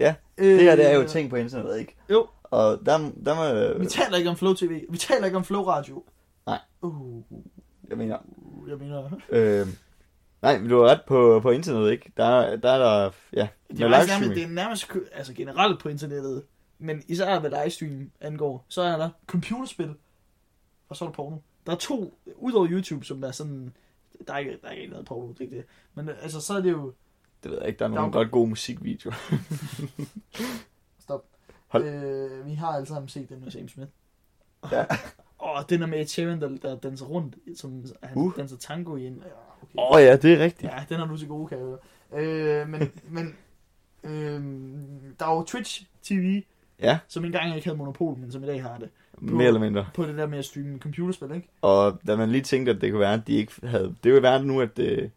[SPEAKER 1] Ja, det her det er jo ting på internettet, ikke?
[SPEAKER 2] Jo.
[SPEAKER 1] Og der, der må,
[SPEAKER 2] Vi taler ikke om Flow TV. Vi taler ikke om Flow Radio.
[SPEAKER 1] Nej.
[SPEAKER 2] Uh,
[SPEAKER 1] jeg mener,
[SPEAKER 2] jeg mener...
[SPEAKER 1] øh, nej, men du har ret på, på internettet, ikke? Der, der er der, ja,
[SPEAKER 2] Det
[SPEAKER 1] med
[SPEAKER 2] er, nærmest, nærmest,
[SPEAKER 1] livestreaming.
[SPEAKER 2] det er nærmest kø- altså generelt på internettet, men især hvad livestream angår, så er der computerspil, og så er der porno. Der er to, udover YouTube, som er sådan, der er ikke, der er ikke noget porno, det er ikke det. Men øh, altså, så er det jo,
[SPEAKER 1] Det ved jeg ikke, der er
[SPEAKER 2] Der er
[SPEAKER 1] nogle
[SPEAKER 2] jo-
[SPEAKER 1] ret gode musikvideoer.
[SPEAKER 2] stop,
[SPEAKER 1] Hold.
[SPEAKER 2] Øh, vi har alle sammen set den med James Smith.
[SPEAKER 1] Ja.
[SPEAKER 2] Og den er med Ed Sheeran, der, der danser rundt, som han
[SPEAKER 1] Uh.
[SPEAKER 2] uh. danser tango i en. Ja, okay.
[SPEAKER 1] Åh oh, ja, det er rigtigt.
[SPEAKER 2] Ja, den har du til gode, kan jeg høre. Øh, men, men øh, der er jo Twitch TV,
[SPEAKER 1] Ja.
[SPEAKER 2] som engang ikke havde monopol, men som i dag har det.
[SPEAKER 1] mere eller mindre.
[SPEAKER 2] på det der med at streame computerspil, ikke?
[SPEAKER 1] Og da man lige tænkte, at det kunne være, at de ikke havde... Det kunne være nu, at det,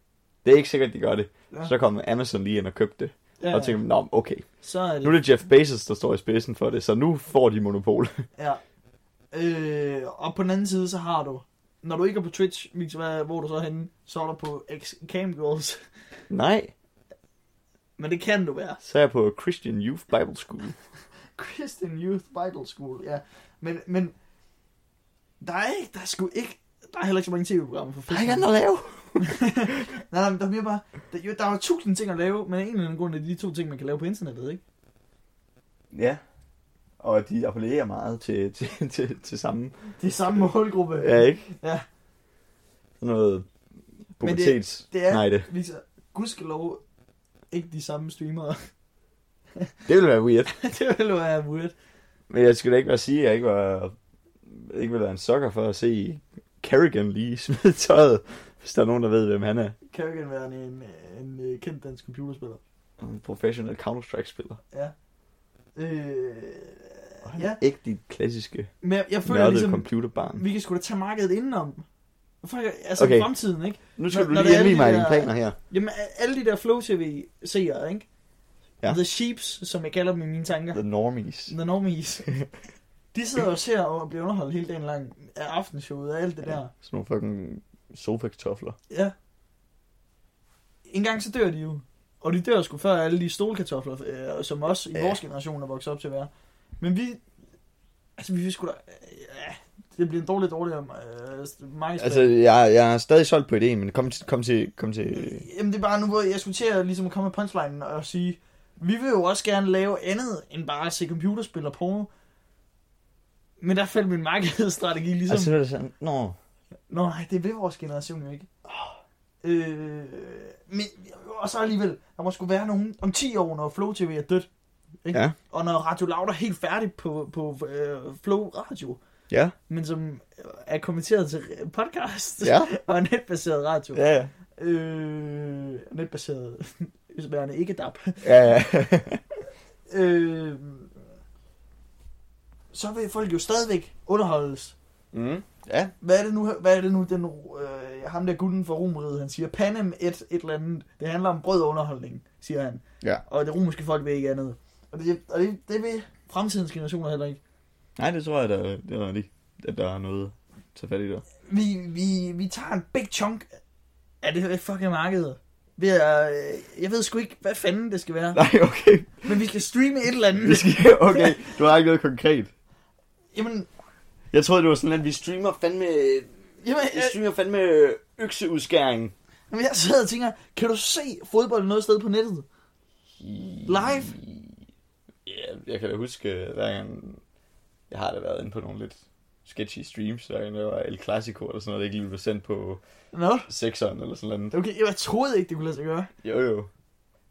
[SPEAKER 1] det er ikke sikkert, at de gør det.
[SPEAKER 2] Ja.
[SPEAKER 1] Så kom Amazon lige ind og købte det. Ja. Og tænkte, nå, okay.
[SPEAKER 2] så er det...
[SPEAKER 1] Nu er det Jeff Bezos, der står i spidsen for det, så nu får de monopol.
[SPEAKER 2] Ja. Øh, og på den anden side, så har du... Når du ikke er på Twitch, Mix, hvad, hvor er du så er henne, så er du på X Camgirls.
[SPEAKER 1] Nej,
[SPEAKER 2] Men det kan du være.
[SPEAKER 1] så er jeg på Christian Youth Bible School.
[SPEAKER 2] Christian Youth Bible School, ja. Men, men der er ikke, der er sgu ikke, der er heller ikke så mange tv-programmer for fedt.
[SPEAKER 1] Der er ikke andet at lave.
[SPEAKER 2] nej, nej, men der er mere bare, der, jo, der er jo tusind ting at lave, men af en eller anden grund er det de to ting, man kan lave på internettet, ikke?
[SPEAKER 1] Ja, og de appellerer meget til, til, til, til samme.
[SPEAKER 2] Det er samme målgruppe.
[SPEAKER 1] Ja, ikke?
[SPEAKER 2] Ja.
[SPEAKER 1] Sådan noget
[SPEAKER 2] Men det-
[SPEAKER 1] pubertets...
[SPEAKER 2] det er-
[SPEAKER 1] Nej, det.
[SPEAKER 2] Lisa, gudskelov, ikke de samme streamere.
[SPEAKER 1] det ville være weird.
[SPEAKER 2] det ville jo være weird.
[SPEAKER 1] Men jeg skulle da ikke være at sige, at jeg ikke var ikke ville være en sukker for at se Kerrigan lige smide tøjet, hvis der er nogen, der ved, hvem han er.
[SPEAKER 2] Kerrigan være en, en, en øh, kendt dansk computerspiller.
[SPEAKER 1] En professionel Counter-Strike-spiller.
[SPEAKER 2] Ja. Øh,
[SPEAKER 1] Og han er
[SPEAKER 2] ja,
[SPEAKER 1] ikke dit klassiske,
[SPEAKER 2] men jeg, jeg føler
[SPEAKER 1] nørdede
[SPEAKER 2] ligesom,
[SPEAKER 1] computerbarn.
[SPEAKER 2] vi kan sgu da tage markedet indenom. For, altså okay.
[SPEAKER 1] Okay.
[SPEAKER 2] fremtiden, ikke?
[SPEAKER 1] Nu skal
[SPEAKER 2] Når-
[SPEAKER 1] du
[SPEAKER 2] når
[SPEAKER 1] lige
[SPEAKER 2] det er
[SPEAKER 1] hjælpe
[SPEAKER 2] alle
[SPEAKER 1] mig
[SPEAKER 2] de
[SPEAKER 1] i dine
[SPEAKER 2] der-
[SPEAKER 1] planer her.
[SPEAKER 2] Jamen, a- alle de der Flow TV-seere, ikke?
[SPEAKER 1] Ja.
[SPEAKER 2] Ja. The Sheeps, som jeg kalder dem i mine tanker.
[SPEAKER 1] The Normies.
[SPEAKER 2] The Normies. De sidder og ser og bliver underholdt hele dagen lang af aftenshowet og alt det der.
[SPEAKER 1] Sådan nogle fucking sofa-kartofler.
[SPEAKER 2] Ja. En gang så dør de jo. Og de dør sgu før alle de stolkartofler, øh, som også i
[SPEAKER 1] Ja.
[SPEAKER 2] vores generation er vokset op til at være. Men vi... Altså, vi vil sgu da... Ja, det bliver en dårlig, dårlig øh, markedsføring.
[SPEAKER 1] Altså, jeg, jeg er stadig solgt på ideen, men kom til, kom til, kom til...
[SPEAKER 2] Jamen det er bare nu, hvor jeg skulle til at ligesom komme med punchlinen og sige, vi vil jo også gerne lave andet end bare at se computerspil og porno. Men der faldt min markedsstrategi ligesom,
[SPEAKER 1] Altså,
[SPEAKER 2] altså...
[SPEAKER 1] så er det sådan, nå,
[SPEAKER 2] Nå nej, det vil vores generation jo ikke. Øh, men, og så alligevel, der må sgu være nogen om 10 år, når Flow TV er dødt. Ikke?
[SPEAKER 1] Ja.
[SPEAKER 2] Og når Radio Loud er helt færdig på, på øh, Flow Radio,
[SPEAKER 1] ja,
[SPEAKER 2] men som er kommenteret til podcast
[SPEAKER 1] ja,
[SPEAKER 2] og netbaseret radio
[SPEAKER 1] ja, ja,
[SPEAKER 2] øh, netbaseret værende ikke DAP,
[SPEAKER 1] ja,
[SPEAKER 2] øh, så vil folk jo stadigvæk underholdes.
[SPEAKER 1] mm, ja,
[SPEAKER 2] Hvad er det nu, hvad er det nu den, øh, ham der gutten fra Romeriet, han siger, panem et, et eller andet, det handler om brød og underholdning, siger han.
[SPEAKER 1] Ja.
[SPEAKER 2] Og det romerske folk vil ikke andet. Og det, og det, det vil fremtidens generationer heller ikke.
[SPEAKER 1] Nej, det tror jeg, der, det er rigtigt, at der er noget at tage fat i der.
[SPEAKER 2] Vi, vi, vi tager en big chunk af det her fucking marked. Ved at, øh, jeg ved sgu ikke, hvad fanden det skal være.
[SPEAKER 1] Nej, okay,
[SPEAKER 2] Men vi skal streame et eller andet.
[SPEAKER 1] vi skal, okay, du har ikke noget konkret.
[SPEAKER 2] Jamen,
[SPEAKER 1] Jeg troede, det var sådan, at vi streamer fandme,
[SPEAKER 2] jamen
[SPEAKER 1] vi
[SPEAKER 2] jeg,
[SPEAKER 1] streamer fandme økseudskæring.
[SPEAKER 2] Jamen, jeg sidder og tænker, kan du se fodbold noget sted på nettet? Live?
[SPEAKER 1] Ja, jeg kan da huske, øh, hver gang, jeg har da været inde på nogle lidt sketchy streams, hver gang der var El Clasico eller sådan noget, der ikke lige blev sendt på
[SPEAKER 2] Nå,
[SPEAKER 1] 6'eren eller sådan noget.
[SPEAKER 2] okay, jeg troede ikke, det kunne lade sig gøre.
[SPEAKER 1] Jo jo.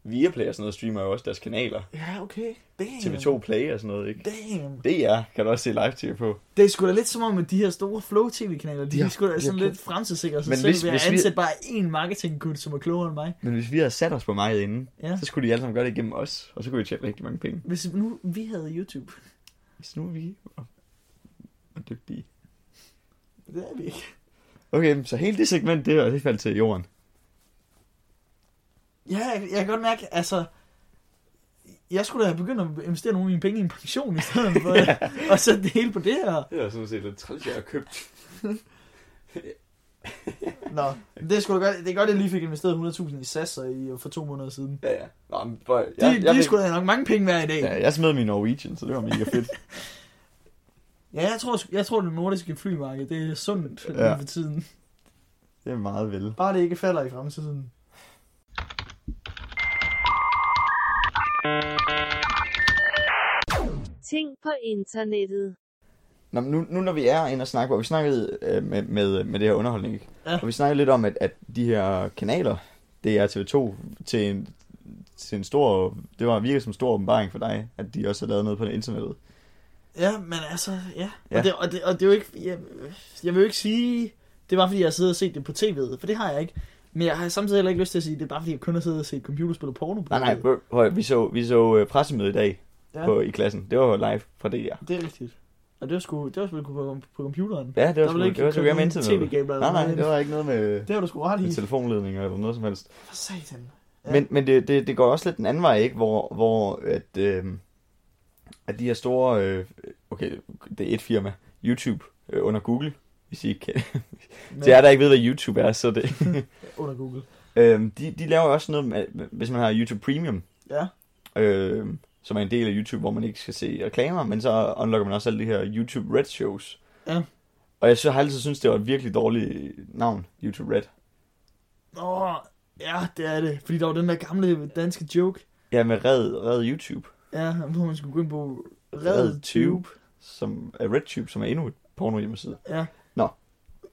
[SPEAKER 1] Viaplay og sådan noget streamer jo også deres kanaler.
[SPEAKER 2] Ja, okay. Damn.
[SPEAKER 1] TV2 Play og sådan noget, ikke?
[SPEAKER 2] Damn.
[SPEAKER 1] DR kan du også se live tv på.
[SPEAKER 2] Det er sgu da lidt som om, at de her store flow-tv-kanaler, de
[SPEAKER 1] Ja,
[SPEAKER 2] er sgu da sådan
[SPEAKER 1] virkelig.
[SPEAKER 2] lidt fremtidssikre sig
[SPEAKER 1] Men
[SPEAKER 2] selv
[SPEAKER 1] hvis-
[SPEAKER 2] ved at
[SPEAKER 1] hvis vi-
[SPEAKER 2] ansætte bare én marketing som er klogere end mig.
[SPEAKER 1] Men hvis vi havde sat os på meget inden,
[SPEAKER 2] Ja.
[SPEAKER 1] så skulle de alle sammen gøre det igennem os, og så kunne vi tjene rigtig mange penge.
[SPEAKER 2] Hvis nu vi havde YouTube.
[SPEAKER 1] Hvis nu vi var- var dygtige.
[SPEAKER 2] Det er vi ikke.
[SPEAKER 1] Okay, så hele det segment, det, er- det faldt til jorden.
[SPEAKER 2] Ja, jeg, jeg kan godt mærke, altså... Jeg skulle da have begyndt at investere nogle af mine penge i en pension i stedet for at sætte det hele på det her.
[SPEAKER 1] Det er sådan set lidt træls, jeg har købt.
[SPEAKER 2] Nå, det er sgu da godt, det er godt, at jeg lige fik investeret 100.000 i SAS og i, for to måneder siden.
[SPEAKER 1] Ja, ja. Nå, men for, jeg,
[SPEAKER 2] De, ja, de er
[SPEAKER 1] fik-
[SPEAKER 2] sgu da nok mange penge hver i dag. Ja,
[SPEAKER 1] Ja, jeg smed min Norwegian, så det var mega fedt.
[SPEAKER 2] ja jeg, tror, jeg tror, det nordiske flymarked, det er sundt
[SPEAKER 1] Ja.
[SPEAKER 2] ja. lige for tiden.
[SPEAKER 1] det er meget vel.
[SPEAKER 2] Bare det ikke falder i fremtiden.
[SPEAKER 3] Ting på internettet.
[SPEAKER 1] Nå, men nu, nu når vi er inde og snakke, hvor vi snakkede øh, med, med, med det her underholdning, ikke?
[SPEAKER 2] Ja.
[SPEAKER 1] og vi snakkede lidt om, at, at de her kanaler, det er TV2 til en, til en stor, det var virkelig som en stor åbenbaring for dig, at de også har lavet noget på internettet.
[SPEAKER 2] Ja, men altså, ja. ja.
[SPEAKER 1] Ja.
[SPEAKER 2] Og, det, og, det, og det er jo ikke... Jeg, jeg vil jo ikke sige, det var fordi, jeg har siddet og set det på tv'et, for det har jeg ikke. Men jeg har samtidig heller ikke lyst til at sige, det er bare fordi, jeg kun har siddet og set computerspil og porno på
[SPEAKER 1] Nej, nej,
[SPEAKER 2] tv'et.
[SPEAKER 1] prøv- prøv at- vi så, vi så øh, pressemøde i dag
[SPEAKER 2] Ja.
[SPEAKER 1] på, i klassen. Det var jo live fra DR.
[SPEAKER 2] Det er rigtigt. Og det var sgu, det var sgu på, på computeren.
[SPEAKER 1] Ja, det
[SPEAKER 2] Der
[SPEAKER 1] var sgu
[SPEAKER 2] ville ikke
[SPEAKER 1] det var sgu
[SPEAKER 2] køre
[SPEAKER 1] ikke med
[SPEAKER 2] nogen
[SPEAKER 1] internet.
[SPEAKER 2] TV-kabler
[SPEAKER 1] Nej,
[SPEAKER 2] eller
[SPEAKER 1] nej,
[SPEAKER 2] noget.
[SPEAKER 1] det var ikke noget med,
[SPEAKER 2] Det var du sgu ret i.
[SPEAKER 1] med telefonledninger eller noget som helst.
[SPEAKER 2] For satan. Ja.
[SPEAKER 1] Ja. Men, men det, det, det går også lidt den anden vej, ikke? Hvor, hvor at, øh, at de her store... Øh, okay, det er et firma. YouTube øh, under Google, hvis I ikke kan.
[SPEAKER 2] Men,
[SPEAKER 1] Til jer, der ikke ved, hvad YouTube er, så det...
[SPEAKER 2] Under Google.
[SPEAKER 1] øh, de, de laver også noget, med, hvis man har YouTube Premium,
[SPEAKER 2] Ja.
[SPEAKER 1] øh, som er en del af YouTube, hvor man ikke skal se reklamer, men så unlocker man også alle de her YouTube Red shows.
[SPEAKER 2] Ja.
[SPEAKER 1] Og jeg så, har altid synes det var et virkelig dårligt navn, YouTube Red.
[SPEAKER 2] Åh, ja, det er det. Fordi der var den der gamle danske joke.
[SPEAKER 1] Ja, med Red, Red YouTube,
[SPEAKER 2] Ja, hvor man skulle gå ind på
[SPEAKER 1] Red
[SPEAKER 2] Red Tube.
[SPEAKER 1] som er RedTube, som er endnu et porno hjemmeside.
[SPEAKER 2] Ja.
[SPEAKER 1] Nå.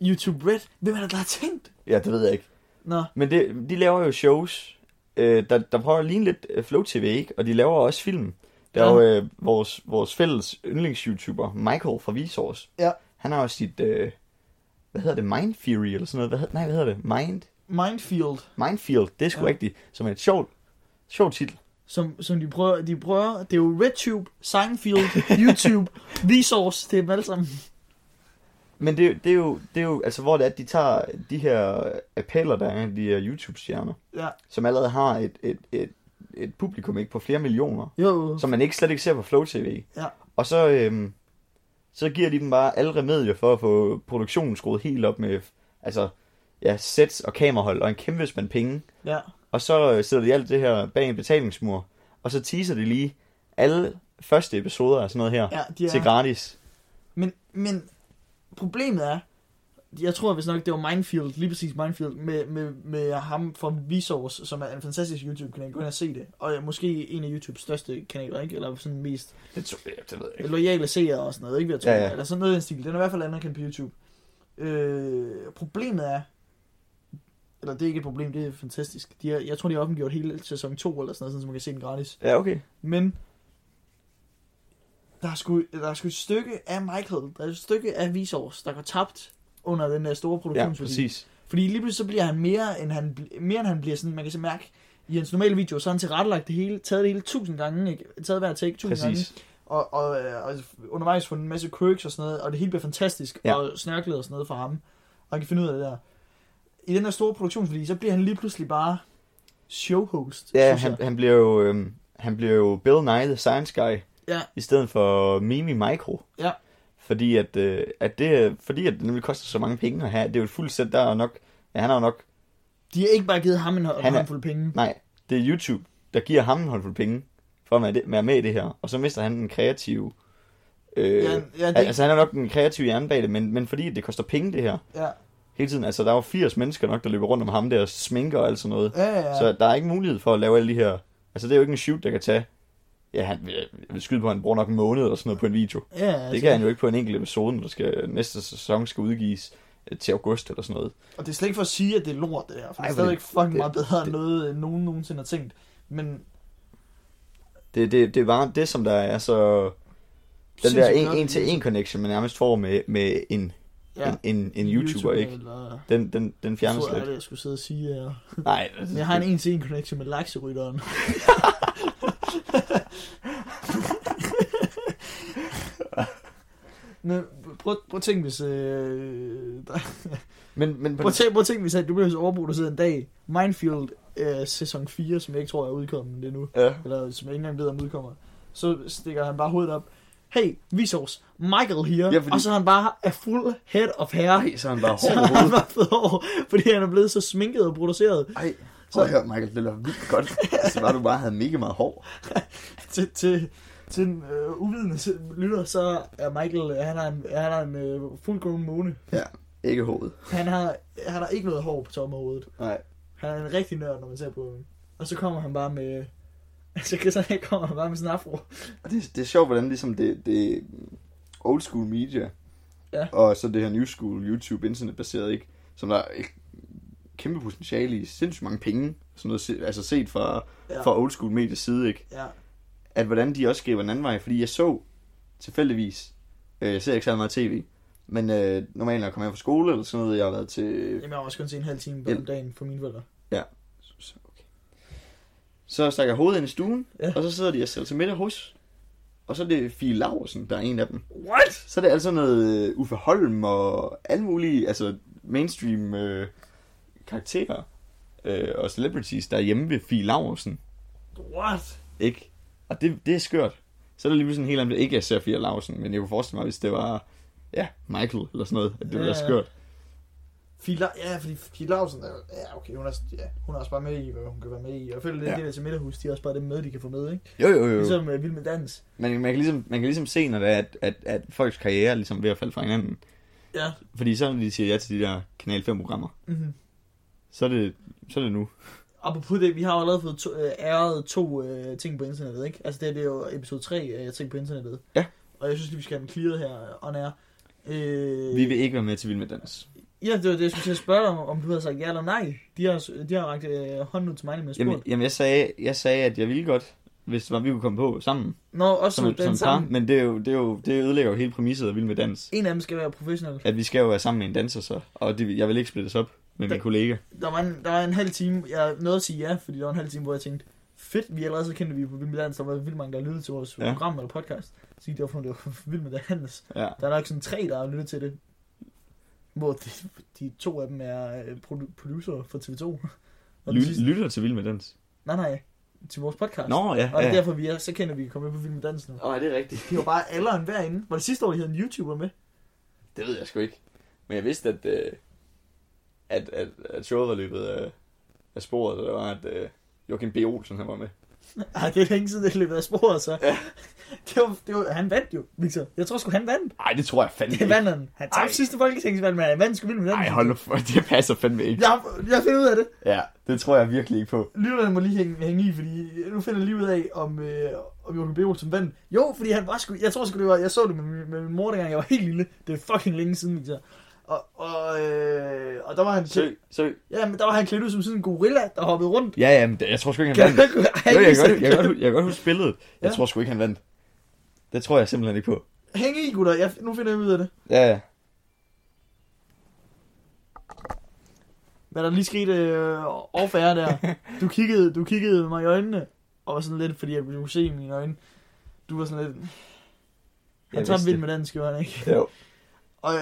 [SPEAKER 2] YouTube Red. Hvem er det, der har tænkt?
[SPEAKER 1] Ja, det ved jeg ikke.
[SPEAKER 2] Nå,
[SPEAKER 1] Men det, de laver jo shows, øh, der, der prøver at ligne lidt øh, Flow TV, ikke? Og de laver også film. Der er jo øh, vores, vores fælles yndlings-YouTuber, Michael fra Vsauce.
[SPEAKER 2] Ja.
[SPEAKER 1] Han har jo sit, øh, hvad hedder det, Mind Theory eller sådan noget? Hvad, hed- nej, hvad hedder det? Mind,
[SPEAKER 2] Mindfield.
[SPEAKER 1] Mindfield, det er sgu
[SPEAKER 2] Ja.
[SPEAKER 1] ja. rigtigt, som er et sjovt, sjovt titel.
[SPEAKER 2] Som, som de prøver, de prøver, det er jo RedTube, Seinfeld, YouTube, Vsauce, det er dem alle sammen.
[SPEAKER 1] Men det, det, er jo, det er jo, altså hvor det er, at de tager de her øh, appeller, der er, de her YouTube-stjerner,
[SPEAKER 2] Ja,
[SPEAKER 1] som allerede har et, et, et, et publikum, ikke? På flere millioner.
[SPEAKER 2] jo,
[SPEAKER 1] som man ikke slet ikke ser på Flow TV.
[SPEAKER 2] Ja.
[SPEAKER 1] Og så, øhm, så giver de dem bare alle remedier for at få produktionen skruet helt op med altså, ja, sets og kamerahold og en kæmpe spand penge.
[SPEAKER 2] ja.
[SPEAKER 1] Og så øh, sætter de alt det her bag en betalingsmur, og så teaser de lige alle første episoder af sådan noget her
[SPEAKER 2] ja de
[SPEAKER 1] til
[SPEAKER 2] er.
[SPEAKER 1] gratis.
[SPEAKER 2] Men, men problemet er, jeg tror hvis nok, det var Mindfield, lige præcis Mindfield, med, med, med ham fra Vsauce, som er en fantastisk YouTube-kanal. Gå ind og se det. Og ja, måske en af YouTubes største kanaler, ikke? Eller sådan mest
[SPEAKER 1] Det, tror jeg, det ved jeg ikke.
[SPEAKER 2] loyale seere og sådan noget, ikke? Vil jeg tro.
[SPEAKER 1] Ja, ja.
[SPEAKER 2] Eller sådan noget i den stil. Den er i hvert fald anerkendt på YouTube. Øh, problemet er, eller det er ikke et problem, det er fantastisk. De har, jeg tror, de har offentliggjort hele sæson 2 eller sådan noget, sådan, så man kan se den gratis.
[SPEAKER 1] Ja, okay.
[SPEAKER 2] Men der er, sgu, der er sgu et stykke af Michael, der er et stykke af Visors, der går tabt under den der store
[SPEAKER 1] Ja,
[SPEAKER 2] produktionsværdi.
[SPEAKER 1] præcis.
[SPEAKER 2] Fordi lige pludselig så bliver han mere, end han, bl- mere end han bliver sådan, man kan så mærke, i hans normale video, så har han tilrettelagt det hele, taget det hele tusind gange, ikke? taget hver take tusind gange,
[SPEAKER 1] Præcis.
[SPEAKER 2] og, og, øh, og undervejs fundet en masse quirks og sådan noget, og det hele bliver fantastisk, ja.
[SPEAKER 1] Ja.
[SPEAKER 2] og snørklæder og sådan noget for ham, og han kan finde ud af det der. I den her store produktionsværdi, så bliver han lige pludselig bare showhost,
[SPEAKER 1] Ja,
[SPEAKER 2] synes jeg.
[SPEAKER 1] han, han, bliver jo, øhm, han bliver jo Bill Nye, The Science Guy,
[SPEAKER 2] Ja.
[SPEAKER 1] i stedet for Mimi Micro.
[SPEAKER 2] Ja.
[SPEAKER 1] Fordi at, øh, at det, fordi at det nemlig koster så mange penge at have. Det er jo et fuldt sæt, der er nok... Ja, han har jo nok...
[SPEAKER 2] De har ikke bare givet ham en hå-
[SPEAKER 1] Han er-
[SPEAKER 2] håndfuld penge.
[SPEAKER 1] Nej, det er YouTube, der giver ham en håndfuld penge for at være det- være med i det her. Og så mister han den kreative... Øh,
[SPEAKER 2] Ja, ja, det-
[SPEAKER 1] Altså, han er nok den kreative hjerne bag det, men, men fordi det koster penge, det her,
[SPEAKER 2] Ja,
[SPEAKER 1] hele tiden. Altså, der er jo 80 mennesker nok, der løber rundt om ham der og sminker og alt sådan noget.
[SPEAKER 2] ja, ja.
[SPEAKER 1] Så der er ikke mulighed for at lave alle de her... Altså, det er jo ikke en shoot, der kan tage... Ja, han jeg vil skyde på, at han bruger nok en måned eller sådan noget på en video.
[SPEAKER 2] ja altså,
[SPEAKER 1] Det kan han jo ikke på en enkelt episode, når der skal, næste sæson skal udgives øh, til august eller sådan noget.
[SPEAKER 2] Og det er slet ikke for at sige, at det er lort, det her. For
[SPEAKER 1] Ej,
[SPEAKER 2] det
[SPEAKER 1] hvor
[SPEAKER 2] er stadigvæk
[SPEAKER 1] det-
[SPEAKER 2] fucking
[SPEAKER 1] det-
[SPEAKER 2] meget bedre end
[SPEAKER 1] det-
[SPEAKER 2] noget, end nogen nogensinde har tænkt. Men
[SPEAKER 1] Det, det, det er bare det, som der er så... Den der
[SPEAKER 2] Sindssygt
[SPEAKER 1] en,
[SPEAKER 2] flot.
[SPEAKER 1] en til en connection, man nærmest får med, med en,
[SPEAKER 2] ja,
[SPEAKER 1] en, en, en YouTuber, ikke?
[SPEAKER 2] Eller,
[SPEAKER 1] Den, den, den fjernes
[SPEAKER 2] tror jeg,
[SPEAKER 1] lidt.
[SPEAKER 2] det, jeg skulle sidde og sige. Ja.
[SPEAKER 1] Nej,
[SPEAKER 2] Men jeg har en en-til-en connection med lakserytteren. Men prøv, prøv at tænke, hvis... Øh, der,
[SPEAKER 1] men, men på
[SPEAKER 2] prøv, at
[SPEAKER 1] den,
[SPEAKER 2] tænke, prøv at tænke, hvis at du bliver så overproduceret en dag. Minefield øh, sæson 4, som jeg ikke tror er udkommet endnu.
[SPEAKER 1] ja,
[SPEAKER 2] eller som jeg ikke engang ved, om udkommer, så stikker han bare hovedet op. Hey, vis os. Michael her.
[SPEAKER 1] Ja, fordi-
[SPEAKER 2] Og så er han bare er fuld head of hair.
[SPEAKER 1] Ej, så er han bare
[SPEAKER 2] Så har han bare fået over, fordi han er blevet så sminket og produceret
[SPEAKER 1] Ej, prøv at høre, Michael, det lød vildt godt. Så var du bare havde mega meget hår.
[SPEAKER 2] til, til, til en øh, uvidende til- lytter, så er Michael, øh, han har en, han har en øh, fuldgrown måne.
[SPEAKER 1] Ja, ikke hovedet.
[SPEAKER 2] Han har, han har ikke noget hår på toppen af hovedet.
[SPEAKER 1] Nej.
[SPEAKER 2] Han er en rigtig nørd, når man ser på ham. Og så kommer han bare med... Så så kommer han bare med sådan en afro.
[SPEAKER 1] Og det, det er sjovt, hvordan ligesom det, det old school media,
[SPEAKER 2] Ja.
[SPEAKER 1] og så det her new school YouTube internetbaseret, ikke? som der er et kæmpe potentiale i, sindssygt mange penge, sådan noget, se- altså set fra,
[SPEAKER 2] Ja.
[SPEAKER 1] ja. fra old school medias side, ikke?
[SPEAKER 2] Ja,
[SPEAKER 1] at hvordan de også griber en anden vej, fordi jeg så tilfældigvis, øh, jeg ser ikke så meget tv, men øh, normalt når jeg kommer hjem fra skole eller sådan noget, jeg har været til,
[SPEAKER 2] jamen jeg har også kun set en halv time på
[SPEAKER 1] Ja.
[SPEAKER 2] om dagen for mine forældre.
[SPEAKER 1] så, okay. så stak jeg hovedet ind i stuen,
[SPEAKER 2] Ja.
[SPEAKER 1] ja. og så sidder de og sælger til middag hos, Og så er det Fie Laursen, der er en af dem.
[SPEAKER 2] What?
[SPEAKER 1] Så er det altså noget øh, Uffe Holm og alle mulige altså mainstream øh, karakterer øh, og celebrities, der er hjemme ved Fie Laursen.
[SPEAKER 2] What?
[SPEAKER 1] Ikke? Og det, det er skørt. Så er det lige pludselig en helt anden, ikke jeg ser Fie Laursen, men jeg kunne forestille mig, hvis det var ja, Michael eller sådan noget, at det ville
[SPEAKER 2] Ja,
[SPEAKER 1] være
[SPEAKER 2] ja.
[SPEAKER 1] skørt.
[SPEAKER 2] Fila, ja, fordi Fie Lausen er, ja, okay, hun er, ja, hun er også bare med i, hvad hun kan være med i. Og jeg føler lidt,
[SPEAKER 1] Ja. Øh.
[SPEAKER 2] ja. det der til midterhus, de er også bare det med, de kan få med, ikke?
[SPEAKER 1] Jo, jo, jo.
[SPEAKER 2] Ligesom uh, Vild med Dans.
[SPEAKER 1] Man, man, kan ligesom, man kan ligesom se, når det er, at, at, at folks karriere er ligesom ved at falde fra hinanden.
[SPEAKER 2] Ja.
[SPEAKER 1] Fordi så når de siger ja til de der Kanal 5-programmer,
[SPEAKER 2] Mm-hmm.
[SPEAKER 1] så er det, så er det nu.
[SPEAKER 2] Apropos det, vi har jo allerede fået to, øh, æret to øh, ting på internettet, ikke? Altså det, her, det er jo episode 3 af ting på internettet.
[SPEAKER 1] Ja.
[SPEAKER 2] Og jeg synes lige, vi skal have den clearet her, og nær. Øh,
[SPEAKER 1] Vi vil ikke være med til Vild med Dans.
[SPEAKER 2] Ja, det var det, jeg skulle til at spørge dig om, om du havde sagt ja eller nej. De har, de har rakt øh, hånden ud til mig, med
[SPEAKER 1] Jamen,
[SPEAKER 2] spurgt.
[SPEAKER 1] jamen jeg, sagde, jeg sagde, at jeg ville godt, hvis det var, vi kunne komme på sammen.
[SPEAKER 2] Nå, også
[SPEAKER 1] Som,
[SPEAKER 2] den
[SPEAKER 1] som
[SPEAKER 2] samme.
[SPEAKER 1] par, men det, er jo, det, er jo, det ødelægger jo hele præmisset af Vild med Dans.
[SPEAKER 2] En af dem skal være professionel.
[SPEAKER 1] At vi skal jo være sammen med en danser så, og det, jeg vil ikke splittes op med min
[SPEAKER 2] Der-
[SPEAKER 1] kollega.
[SPEAKER 2] Der var, en, der var en halv time, jeg nåede at sige ja, fordi der var en halv time, hvor jeg tænkte, fedt, vi er allerede så kendte vi på Vild med Dans, der var vildt mange, der lyttede til vores
[SPEAKER 1] Ja.
[SPEAKER 2] ja. program eller podcast. Så det var fordi, det var Vild med Dans.
[SPEAKER 1] Ja.
[SPEAKER 2] Der er nok sådan tre, der har lyttet til det. Hvor de, de to af dem er øh, produ- producer for TV2. Og den
[SPEAKER 1] Ly-
[SPEAKER 2] sidste,
[SPEAKER 1] lytter til Vild med Dans.
[SPEAKER 2] nej, nej, til vores podcast.
[SPEAKER 1] Nå, ja.
[SPEAKER 2] Og det er
[SPEAKER 1] ja.
[SPEAKER 2] derfor, vi er så kendte, at vi kan komme med på Vild med Dans nu.
[SPEAKER 1] Åh, er det rigtigt?
[SPEAKER 2] Det var bare alle og enhver inde. Var det sidste år, de havde en YouTuber med?
[SPEAKER 1] Det ved jeg sgu ikke. Men jeg vidste, at, øh, at, at, at showet var løbet af, af sporet, og det var, at øh, Joachim B. Olsen han var med.
[SPEAKER 2] Ej, det er længe siden, det løb af sporet, så.
[SPEAKER 1] Ja.
[SPEAKER 2] Det var, det var, han vandt jo, Victor. Jeg tror sgu, han vandt.
[SPEAKER 1] Nej, det tror jeg fandme
[SPEAKER 2] Det vandt han. Han
[SPEAKER 1] Ej.
[SPEAKER 2] tabte sidste folketingsvalg, men han vandt sgu vildt med den.
[SPEAKER 1] Nej, hold nu for, det passer fandme ikke.
[SPEAKER 2] Jeg, jeg finder ud af det.
[SPEAKER 1] Ja, det tror jeg virkelig ikke på.
[SPEAKER 2] Lytterne må lige hænge, hænge i, fordi nu finder jeg lige ud af, om, øh, om Joachim B. Olsen vandt. Jo, fordi han var sgu... Jeg tror sgu, det var... Jeg så det med, min- med min mor, dengang jeg var helt lille. Det er fucking længe siden, Victor. Og, og, øh, og der var han...
[SPEAKER 1] Sø, sø.
[SPEAKER 2] Ja, men der var han klædt ud som sådan en gorilla, der hoppede rundt.
[SPEAKER 1] Ja, ja, men det- jeg tror sgu ikke,
[SPEAKER 2] Kan
[SPEAKER 1] han vandt.
[SPEAKER 2] du- Ej,
[SPEAKER 1] Jo, jeg, kan
[SPEAKER 2] Victor,
[SPEAKER 1] godt, jeg, kan godt, hu- jeg kan godt huske billedet. Jeg
[SPEAKER 2] Ja.
[SPEAKER 1] tror sgu ikke, han vandt. Det tror jeg simpelthen ikke på.
[SPEAKER 2] Hæng i, gutter. Jeg, nu finder jeg ud af det.
[SPEAKER 1] Ja, ja.
[SPEAKER 2] Hvad der lige skete øh, off air der. Du kiggede, du kiggede mig i øjnene, og var sådan lidt, fordi jeg kunne se i mine øjne. Du var sådan lidt...
[SPEAKER 1] Jeg
[SPEAKER 2] Jeg tager
[SPEAKER 1] vidste
[SPEAKER 2] vild med den, skriver han ikke.
[SPEAKER 1] Jo.
[SPEAKER 2] Og øh,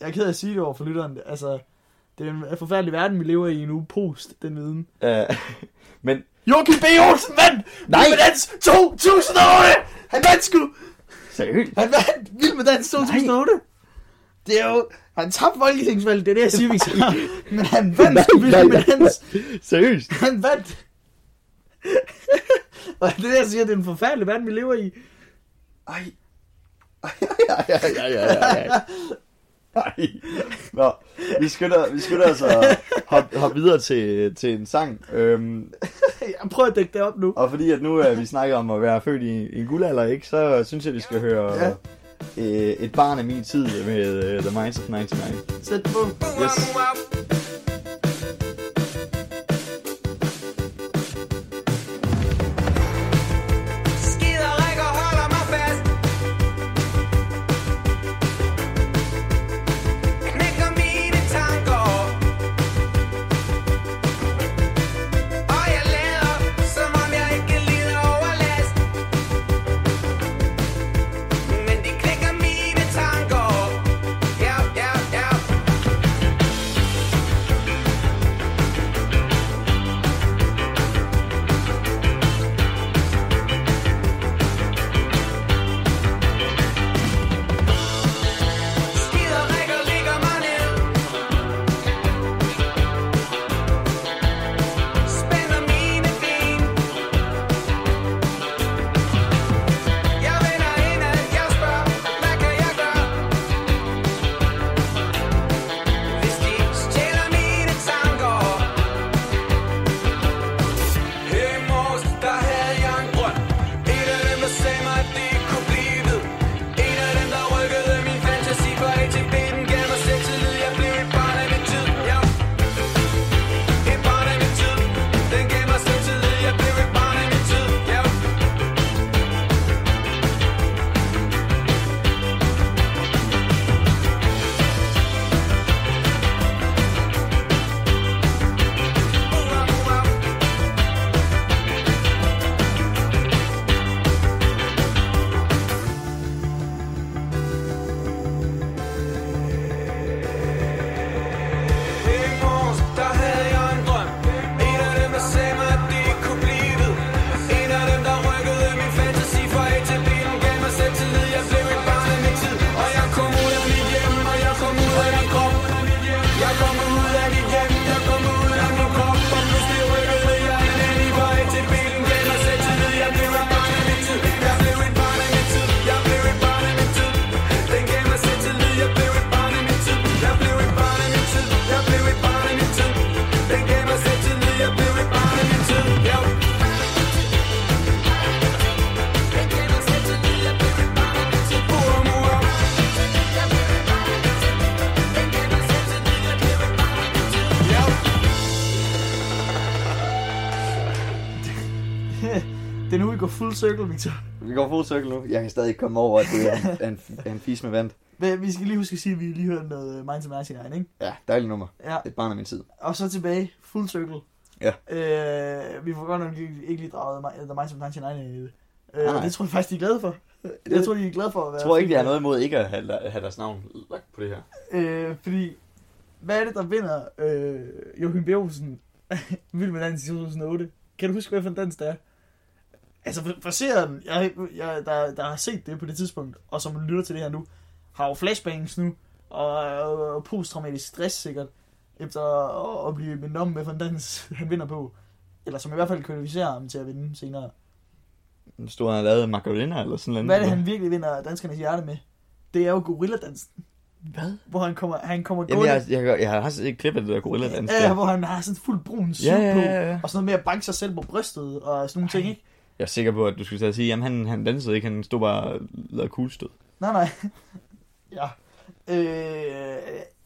[SPEAKER 2] jeg er ked af at sige det over for lytteren. Altså, det er en forfærdelig verden, vi lever i nu. Post den viden.
[SPEAKER 1] Uh, men
[SPEAKER 2] Joachim B. Olsen vandt!
[SPEAKER 1] Nej!
[SPEAKER 2] Vild med dans 2008! Han vandt sgu!
[SPEAKER 1] seriøst?
[SPEAKER 2] Han vandt Vild med dans 2008! Det er jo... Han tabte folketingsvalget, det er det, jeg siger, Victor. Men han vandt sgu
[SPEAKER 1] Nej,
[SPEAKER 2] Vild med
[SPEAKER 1] nej,
[SPEAKER 2] dans!
[SPEAKER 1] Seriøst?
[SPEAKER 2] Han vandt. og det der siger, det er en forfærdelig verden, vi lever i.
[SPEAKER 1] Ej. Ej, ej, ej, ej, ej, ej, ej. Ej. Nå, vi skynder, vi skynder altså hop, hop videre til, til en sang. Øhm,
[SPEAKER 2] Jeg prøver at dække det op nu.
[SPEAKER 1] og fordi at nu uh, vi snakker om at være født i, i en guldalder, ikke, så synes jeg, vi skal høre
[SPEAKER 2] Ja.
[SPEAKER 1] øh, Et barn af min tid med uh, The Minds of 99.
[SPEAKER 2] Sæt den på.
[SPEAKER 1] Yes.
[SPEAKER 5] Skider rækker holder mig fast Knækker mine tanker Og jeg lader, som om jeg ikke lider overlast Men de knækker mine tanker Ja, ja, ja
[SPEAKER 2] Det er nu, vi går full circle, Victor.
[SPEAKER 1] Vi går fuld cirkel nu. Jeg kan stadig ikke komme over, at det er en, en, en fis med vand.
[SPEAKER 2] Men vi skal lige huske at sige, at vi lige hørte noget øh, Minds of 99, ikke?
[SPEAKER 1] Ja, dejligt nummer.
[SPEAKER 2] Ja.
[SPEAKER 1] Et barn af min tid.
[SPEAKER 2] Og så tilbage, full circle.
[SPEAKER 1] Ja.
[SPEAKER 2] Øh, vi får godt nok ikke, ikke lige draget mig- The Minds of 99 ind i det. Øh,
[SPEAKER 1] Nej.
[SPEAKER 2] det tror jeg faktisk, de er glade for. Jeg tror, de er glade for at være...
[SPEAKER 1] Jeg tror ikke, jeg har noget imod ikke at have, have deres navn lagt på det her.
[SPEAKER 2] Øh, fordi, hvad er det, der vinder øh, Joachim B. Olsen Vild med Dans i 2008? Kan du huske, hvad for en dans det er? Altså, for, for seeren, jeg, jeg, der, der har set det på det tidspunkt, og som lytter til det her nu, har jo flashbangs nu, og, og, og posttraumatisk stress sikkert, efter at, at blive mindet om, hvad for en dans han vinder på. Eller som i hvert fald kvalificerer ham til at vinde senere.
[SPEAKER 1] Nu stod han og lavede Macarena eller sådan noget.
[SPEAKER 2] Hvad er det, han virkelig vinder danskernes hjerte med? Det er jo gorilladansen,
[SPEAKER 1] Hvad?
[SPEAKER 2] hvor han kommer, han kommer
[SPEAKER 1] Jamen, jeg, jeg, jeg, jeg har set et klip af det der gorilla dans.
[SPEAKER 2] Ja, hvor han har sådan fuld brun suit
[SPEAKER 1] Ja, ja,
[SPEAKER 2] på,
[SPEAKER 1] ja, ja.
[SPEAKER 2] og sådan noget med at banke sig selv på brystet, og sådan nogle ting, ikke?
[SPEAKER 1] Jeg er sikker på, at du skulle til at sige, jamen han, han dansede ikke, han stod bare og lavede kuglestød.
[SPEAKER 2] Nej, nej. ja. Øh,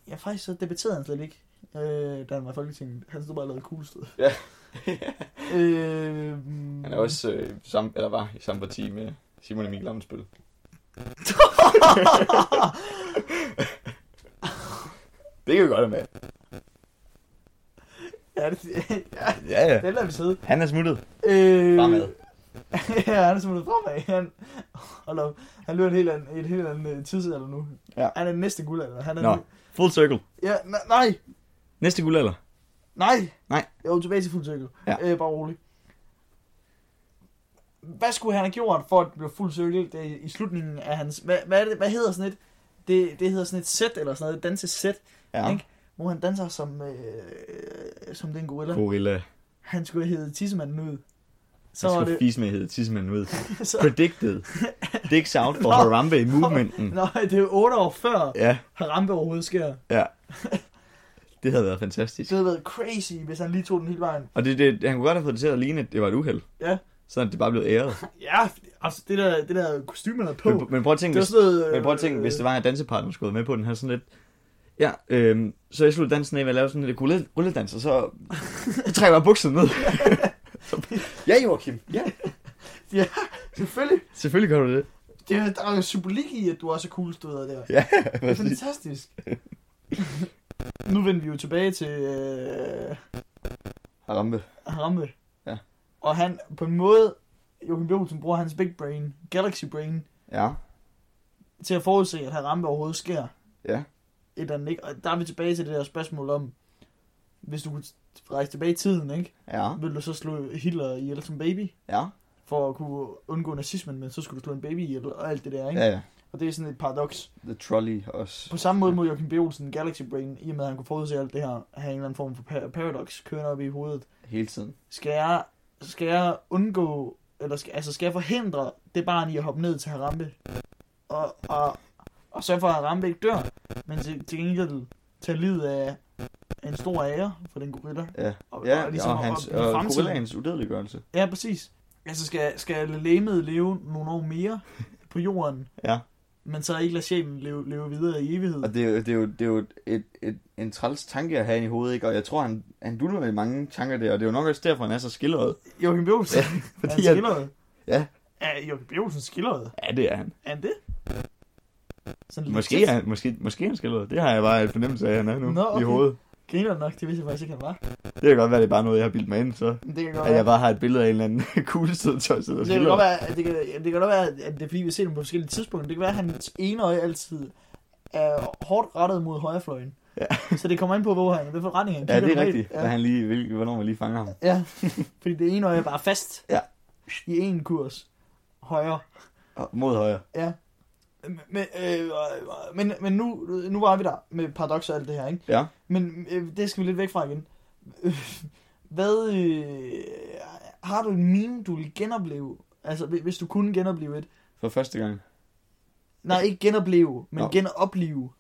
[SPEAKER 2] ja, faktisk så debatterede han slet ikke, øh, da han var i Folketinget. Han stod bare og lavede kuglestød.
[SPEAKER 1] Ja.
[SPEAKER 2] øh,
[SPEAKER 1] Han er også øh, sam, eller var i samme parti med Simon Emil Amsbøl. det kan vi godt have med.
[SPEAKER 2] Ja, det, ja,
[SPEAKER 1] Ja, ja.
[SPEAKER 2] det lader vi sidde.
[SPEAKER 1] Han er smuttet.
[SPEAKER 2] Øh,
[SPEAKER 1] Bare med.
[SPEAKER 2] ja, han er simpelthen fremad. Han, hold op, han løber et helt andet, et helt andet øh, tidsalder nu.
[SPEAKER 1] Ja.
[SPEAKER 2] Han er den næste guldalder. Han er
[SPEAKER 1] Nå,
[SPEAKER 2] den-
[SPEAKER 1] full circle.
[SPEAKER 2] Ja, ne- nej,
[SPEAKER 1] Næste guldalder.
[SPEAKER 2] Nej.
[SPEAKER 1] Nej.
[SPEAKER 2] Jeg er jo tilbage til fuld cirkel.
[SPEAKER 1] Ja.
[SPEAKER 2] Øh, bare rolig. Hvad skulle han have gjort for at det blev fuld cirkel det, er i slutningen af hans... Hvad, hvad, er det, hvad hedder sådan et... Det, det hedder sådan et sæt, eller sådan noget, et dansesæt,
[SPEAKER 1] Ja.
[SPEAKER 2] ikke? hvor han danser som, øh, som den gorilla. God.
[SPEAKER 1] Gorilla.
[SPEAKER 2] Han skulle have heddet tissemanden ud.
[SPEAKER 1] Så
[SPEAKER 2] Så
[SPEAKER 1] jeg
[SPEAKER 2] var
[SPEAKER 1] skulle
[SPEAKER 2] det...
[SPEAKER 1] fise med, hed Tisman ud.
[SPEAKER 2] Så,
[SPEAKER 1] Predicted. Dicks out for
[SPEAKER 2] Nå.
[SPEAKER 1] Harambe i movement'en.
[SPEAKER 2] nej, det er jo otte år før
[SPEAKER 1] Ja,
[SPEAKER 2] Harambe overhovedet sker.
[SPEAKER 1] ja. Det havde været fantastisk.
[SPEAKER 2] Det havde været crazy, hvis han lige tog den hele vejen.
[SPEAKER 1] Og det, det, han kunne godt have fået det til at ligne, at det var et uheld.
[SPEAKER 2] Ja,
[SPEAKER 1] Sådan at det bare blev æret.
[SPEAKER 2] ja altså det der, det der kostyme, han havde på.
[SPEAKER 1] Men, men prøv at tænke,
[SPEAKER 2] det var
[SPEAKER 1] hvis,
[SPEAKER 2] sådan noget... øh,
[SPEAKER 1] men prøv at tænke, hvis det var, at dansepartner skulle have været med på den her sådan lidt... Ja, øhm, så jeg sluttede dansen af med at lave sådan lidt rulle- rulledans, og så trækker jeg bare bukserne ned. Så- ja, Joachim. Ja,
[SPEAKER 2] Ja, selvfølgelig.
[SPEAKER 1] selvfølgelig gør du det.
[SPEAKER 2] Det er, der er jo symbolik i, at du også er kuglestøder der.
[SPEAKER 1] Ja,
[SPEAKER 2] Det er
[SPEAKER 1] præcis.
[SPEAKER 2] fantastisk. nu vender vi jo tilbage til øh,
[SPEAKER 1] Harambe.
[SPEAKER 2] Harambe.
[SPEAKER 1] Ja.
[SPEAKER 2] Og han, på en måde, Joachim B. Olsen bruger hans big brain, galaxy brain,
[SPEAKER 1] Ja,
[SPEAKER 2] til at forudse, at Harambe overhovedet sker.
[SPEAKER 1] ja.
[SPEAKER 2] Et eller andet, ikke? Og der er vi tilbage til det der spørgsmål om, hvis du kunne rejse tilbage i tiden, ikke?
[SPEAKER 1] Ja,
[SPEAKER 2] Vil du så slå Hitler ihjel som baby?
[SPEAKER 1] ja,
[SPEAKER 2] For at kunne undgå nazismen, men så skulle du slå en baby ihjel og alt det der, ikke?
[SPEAKER 1] ja, ja.
[SPEAKER 2] Og det er sådan et paradoks.
[SPEAKER 1] The trolley også.
[SPEAKER 2] På samme måde mod Joachim B. Olsen, Galaxy Brain, i og med at han kunne forudse alt det her, have en eller anden form for par- paradox kørende op i hovedet.
[SPEAKER 1] Hele tiden.
[SPEAKER 2] Skal jeg, skal jeg undgå, eller skal, altså skal jeg forhindre det barn i at hoppe ned til Harambe? Og, og, og sørge for, at Harambe ikke dør, men til, til gengæld tage livet af en stor ære for den gorilla.
[SPEAKER 1] Ja,
[SPEAKER 2] Og-
[SPEAKER 1] ja
[SPEAKER 2] og
[SPEAKER 1] og,
[SPEAKER 2] ligesom
[SPEAKER 1] og,
[SPEAKER 2] at-
[SPEAKER 1] hans,
[SPEAKER 2] at blive
[SPEAKER 1] og
[SPEAKER 2] fremtiden.
[SPEAKER 1] gorillaens udødeliggørelse.
[SPEAKER 2] Ja, præcis. Altså skal, skal lægemet leve nogle år mere på jorden,
[SPEAKER 1] Ja,
[SPEAKER 2] men så ikke lade sjælen leve, leve videre i evighed?
[SPEAKER 1] og det er jo, det er jo, det er jo et, et, et, en træls tanke at have inde i hovedet, ikke? Og jeg tror, han, han duller med mange tanker der, og det er jo nok også derfor, han er så skildret.
[SPEAKER 2] Joachim B. Olsen, ja,
[SPEAKER 1] fordi
[SPEAKER 2] er han
[SPEAKER 1] at-
[SPEAKER 2] skildret?
[SPEAKER 1] Ja.
[SPEAKER 2] Er Joachim B. Olsen skildret?
[SPEAKER 1] Ja, det er han.
[SPEAKER 2] Er han det? Sådan
[SPEAKER 1] Måske er han, måske, måske er han skildret. Det har jeg bare en fornemmelse af, at han er nu
[SPEAKER 2] Nå, okay.
[SPEAKER 1] i hovedet.
[SPEAKER 2] Griner nok, det vidste jeg faktisk ikke, han var.
[SPEAKER 1] Det kan godt være, det er bare noget, jeg har bildt mig ind, så.
[SPEAKER 2] Men det kan
[SPEAKER 1] At
[SPEAKER 2] godt
[SPEAKER 1] jeg
[SPEAKER 2] være.
[SPEAKER 1] bare har et billede af en eller anden kuglestød tøjsted og
[SPEAKER 2] Det kan, godt
[SPEAKER 1] skildret.
[SPEAKER 2] være, at det, kan, ja, det kan godt være, at det er fordi, vi har set dem på forskellige tidspunkter. Det kan være, at hans ene øje altid er hårdt rettet mod højrefløjen. Ja. Så det kommer an på, hvor han er. Hvilken retning han
[SPEAKER 1] Ja, det
[SPEAKER 2] kigger
[SPEAKER 1] er
[SPEAKER 2] på.
[SPEAKER 1] rigtigt. Ja. Han lige, hvil, hvornår man lige fanger ham.
[SPEAKER 2] Ja, fordi det ene øje er bare fast
[SPEAKER 1] Ja.
[SPEAKER 2] i en kurs. Højre.
[SPEAKER 1] Og Mod højre.
[SPEAKER 2] Ja. Men, øh, øh, men, men nu, nu var vi der med paradokser og alt det her, ikke?
[SPEAKER 1] Ja.
[SPEAKER 2] Men øh, det skal vi lidt væk fra igen. Øh, Hvad, øh, har du en meme, du vil genopleve? Altså, hvi- hvis du kunne genopleve et.
[SPEAKER 1] For første gang.
[SPEAKER 2] Nej, ikke genopleve, men
[SPEAKER 1] Nå.
[SPEAKER 2] genopleve.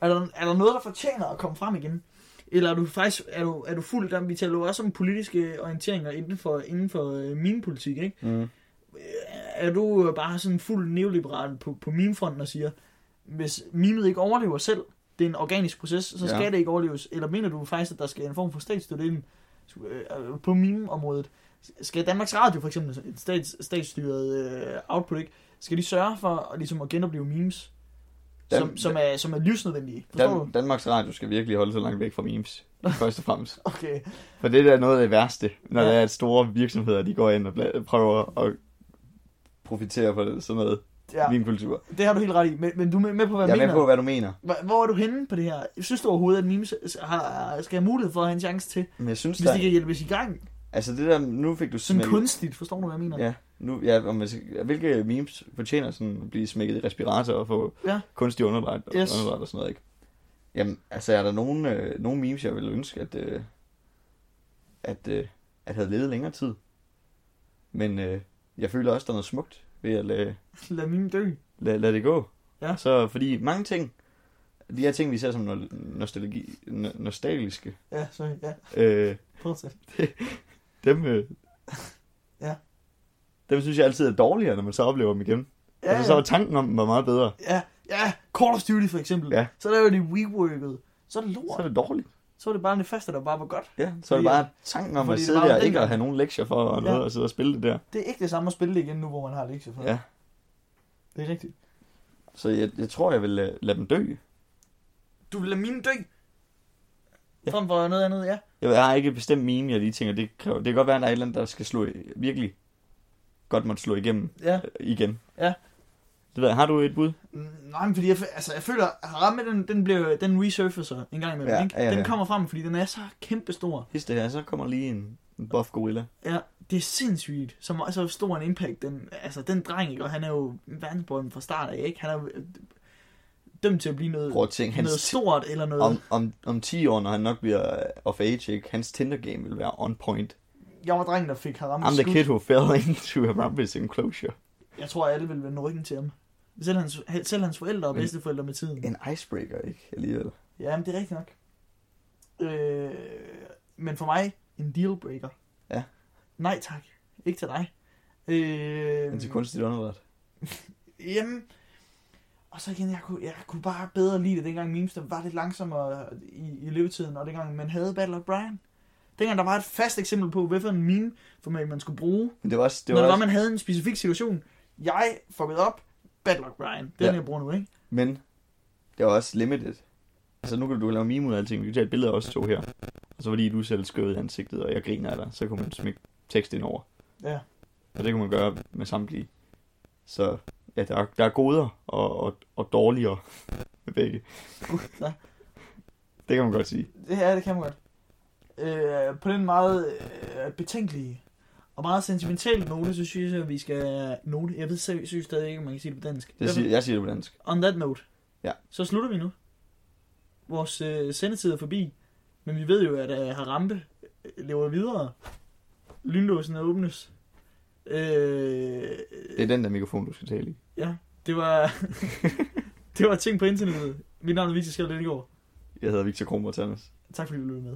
[SPEAKER 2] Er der, er der noget, der fortjener at komme frem igen? Eller er du faktisk, er du, er du fuld der? Vi taler jo også om politiske orienteringer inden for, inden for øh, min politik, ikke?
[SPEAKER 1] Mm.
[SPEAKER 2] er du øh, bare sådan fuld neoliberal på, på meme-fronten og siger, hvis mimet ikke overlever selv, det er en organisk proces, så skal
[SPEAKER 1] Ja.
[SPEAKER 2] ja. det ikke overleves? Eller mener du faktisk, at der skal en form for statsstøtte ind øh, på meme-området, øh, skal Danmarks Radio for eksempel, et stats, statsstyret øh, output, ikke? skal de sørge for at, ligesom at genopleve memes,
[SPEAKER 1] Dan-
[SPEAKER 2] som, som, er, som er livsnødvendige. Forstår
[SPEAKER 1] Dan-
[SPEAKER 2] du?
[SPEAKER 1] Danmarks Radio skal virkelig holde sig langt væk fra memes, først og fremmest.
[SPEAKER 2] Okay.
[SPEAKER 1] For det der er noget af det værste, når
[SPEAKER 2] Ja.
[SPEAKER 1] ja. det er, at store virksomheder, de går ind og bla- prøver at profitere på det, sådan noget.
[SPEAKER 2] Ja,
[SPEAKER 1] Ja. Min kultur.
[SPEAKER 2] det har du helt ret i. Men, men du er med- med på, hvad
[SPEAKER 1] Jeg er
[SPEAKER 2] mener.
[SPEAKER 1] med på, hvad du mener.
[SPEAKER 2] Hvor- Hvor er du henne på det her? Synes du overhovedet, at memes har, skal have mulighed for at have en chance til,
[SPEAKER 1] Men jeg synes,
[SPEAKER 2] hvis
[SPEAKER 1] der,
[SPEAKER 2] de kan hjælpes i gang?
[SPEAKER 1] altså det der, nu fik du
[SPEAKER 2] Sådan
[SPEAKER 1] smækket-
[SPEAKER 2] kunstigt, forstår du, hvad jeg mener?
[SPEAKER 1] Ja, nu, ja, om man, skal- hvilke memes fortjener sådan at blive smækket i respirator og få
[SPEAKER 2] Ja.
[SPEAKER 1] ja. kunstig underdræt,
[SPEAKER 2] Yes.
[SPEAKER 1] yes. underdræt og sådan noget, ikke? Jamen, altså er der nogen, øh, nogen memes, jeg ville ønske, at, øh, at, øh, at havde levet længere tid. Men øh, jeg føler også, der er noget smukt ved at lade,
[SPEAKER 2] Lad meme dø.
[SPEAKER 1] lad, lad det gå.
[SPEAKER 2] Ja.
[SPEAKER 1] Så fordi mange ting, de her ting, vi ser som no- nostalgi, no- nostalgiske,
[SPEAKER 2] Ja, sorry. Ja,
[SPEAKER 1] øh,
[SPEAKER 2] fortsæt.
[SPEAKER 1] dem, øh,
[SPEAKER 2] Ja.
[SPEAKER 1] dem synes jeg altid er dårligere, når man så oplever dem igen. Ja,
[SPEAKER 2] Ja,
[SPEAKER 1] altså, så var tanken om dem var meget bedre.
[SPEAKER 2] ja, ja, Call of Duty for eksempel.
[SPEAKER 1] Ja.
[SPEAKER 2] Så laver de reworket. Så er det lort.
[SPEAKER 1] Så er det dårligt.
[SPEAKER 2] Så er det bare det første, der bare var godt.
[SPEAKER 1] Ja, så er det
[SPEAKER 2] Fordi-
[SPEAKER 1] bare tanken om
[SPEAKER 2] fordi
[SPEAKER 1] at
[SPEAKER 2] det
[SPEAKER 1] sidde
[SPEAKER 2] var jo
[SPEAKER 1] der og ikke
[SPEAKER 2] dengang.
[SPEAKER 1] at have nogen lektier for og noget,
[SPEAKER 2] Ja.
[SPEAKER 1] og sidde og spille det der.
[SPEAKER 2] Det er ikke det samme at spille det igen nu, hvor man har lektier for. det.
[SPEAKER 1] Ja.
[SPEAKER 2] Det er rigtigt.
[SPEAKER 1] Så jeg, jeg tror, jeg vil lade, lade dem dø.
[SPEAKER 2] Du vil lade mine dø. Ja. Frem for noget andet, ja.
[SPEAKER 1] Jeg, jeg har ikke et bestemt meme, jeg lige tænker, det, kræver. det kan godt være, at der er et eller andet, der skal slå, i- virkelig godt måtte slå igennem
[SPEAKER 2] Ja.
[SPEAKER 1] øh, igen.
[SPEAKER 2] Ja.
[SPEAKER 1] Det ved jeg. Har du et bud?
[SPEAKER 2] Mm, Nej, men fordi jeg, fø- altså, jeg føler, at Harambe, den, den, bliver, den resurfacer en gang imellem,
[SPEAKER 1] Ja,
[SPEAKER 2] ikke?
[SPEAKER 1] ja, ja.
[SPEAKER 2] Den kommer frem, fordi den er så kæmpestor.
[SPEAKER 1] Hvis det her, så kommer lige en, en buff gorilla.
[SPEAKER 2] Ja, det er sindssygt, som også har stor en impact. Den, altså, den dreng, ikke? Og han er jo verdensborgen fra start af, ikke? Han er jo øh, dømt til at blive noget,
[SPEAKER 1] Prøv at tænke,
[SPEAKER 2] noget
[SPEAKER 1] hans,
[SPEAKER 2] stort eller noget.
[SPEAKER 1] om, om, om 10 år, når han nok bliver øh, of age, ikke? hans Tinder game vil være on point.
[SPEAKER 2] Jeg var drengen, der fik Harambe
[SPEAKER 1] I'm the
[SPEAKER 2] skudt.
[SPEAKER 1] kid who fell into Harambe's enclosure.
[SPEAKER 2] Jeg tror, alle ville vende ryggen til ham. Selv hans, selv hans forældre og
[SPEAKER 1] Men-
[SPEAKER 2] bedsteforældre med tiden.
[SPEAKER 1] En icebreaker, ikke? Alligevel.
[SPEAKER 2] Ja, men det er rigtigt nok. Øh, men for mig, en dealbreaker.
[SPEAKER 1] Ja.
[SPEAKER 2] Nej tak. Ikke til dig. Øh,
[SPEAKER 1] Men til kunstigt underret.
[SPEAKER 2] Jamen, og så igen, jeg kunne, jeg kunne bare bedre lide det, dengang memes der var lidt langsommere i, i levetiden, og dengang man havde Battle of Brian. Dengang der var et fast eksempel på, hvad for en meme format man skulle bruge,
[SPEAKER 1] Men det var også...
[SPEAKER 2] det
[SPEAKER 1] Det var
[SPEAKER 2] når
[SPEAKER 1] også
[SPEAKER 2] også... man havde en specifik situation. Jeg fuckede op, Battle of Brian. Det er
[SPEAKER 1] Ja.
[SPEAKER 2] den, jeg bruger nu, ikke?
[SPEAKER 1] Men det var også limited. Altså nu kan du lave meme ud af alting. Du kan tage et billede af os to her. Og så fordi du selv er skød i ansigtet, og jeg griner af dig, så kunne man smække tekst ind over.
[SPEAKER 2] Ja.
[SPEAKER 1] Og det kunne man gøre med samtlige. Så ja, der er, der er goder og, og, og dårligere med begge.
[SPEAKER 2] Ja.
[SPEAKER 1] Det kan man godt sige.
[SPEAKER 2] Det her, det kan man godt. Øh, på den meget øh, betænkelige og meget sentimentale note, så synes jeg, at vi skal note. Jeg ved seriøst stadig ikke, om man kan sige det på dansk.
[SPEAKER 1] Jeg siger, jeg siger det på dansk.
[SPEAKER 2] On that note.
[SPEAKER 1] Ja.
[SPEAKER 2] Så slutter vi nu. Vores øh, sendetid er forbi. Men vi ved jo, at øh, Harambe øh, lever videre. Lynlåsen er åbnes. Øh,
[SPEAKER 1] Det er den der mikrofon, du skal tale i.
[SPEAKER 2] ja, det var... det var ting på internettet. Mit navn er Victor Skjold Lindegård.
[SPEAKER 1] Jeg hedder Victor Kronborg Tanders.
[SPEAKER 2] Tak fordi du lyttede med.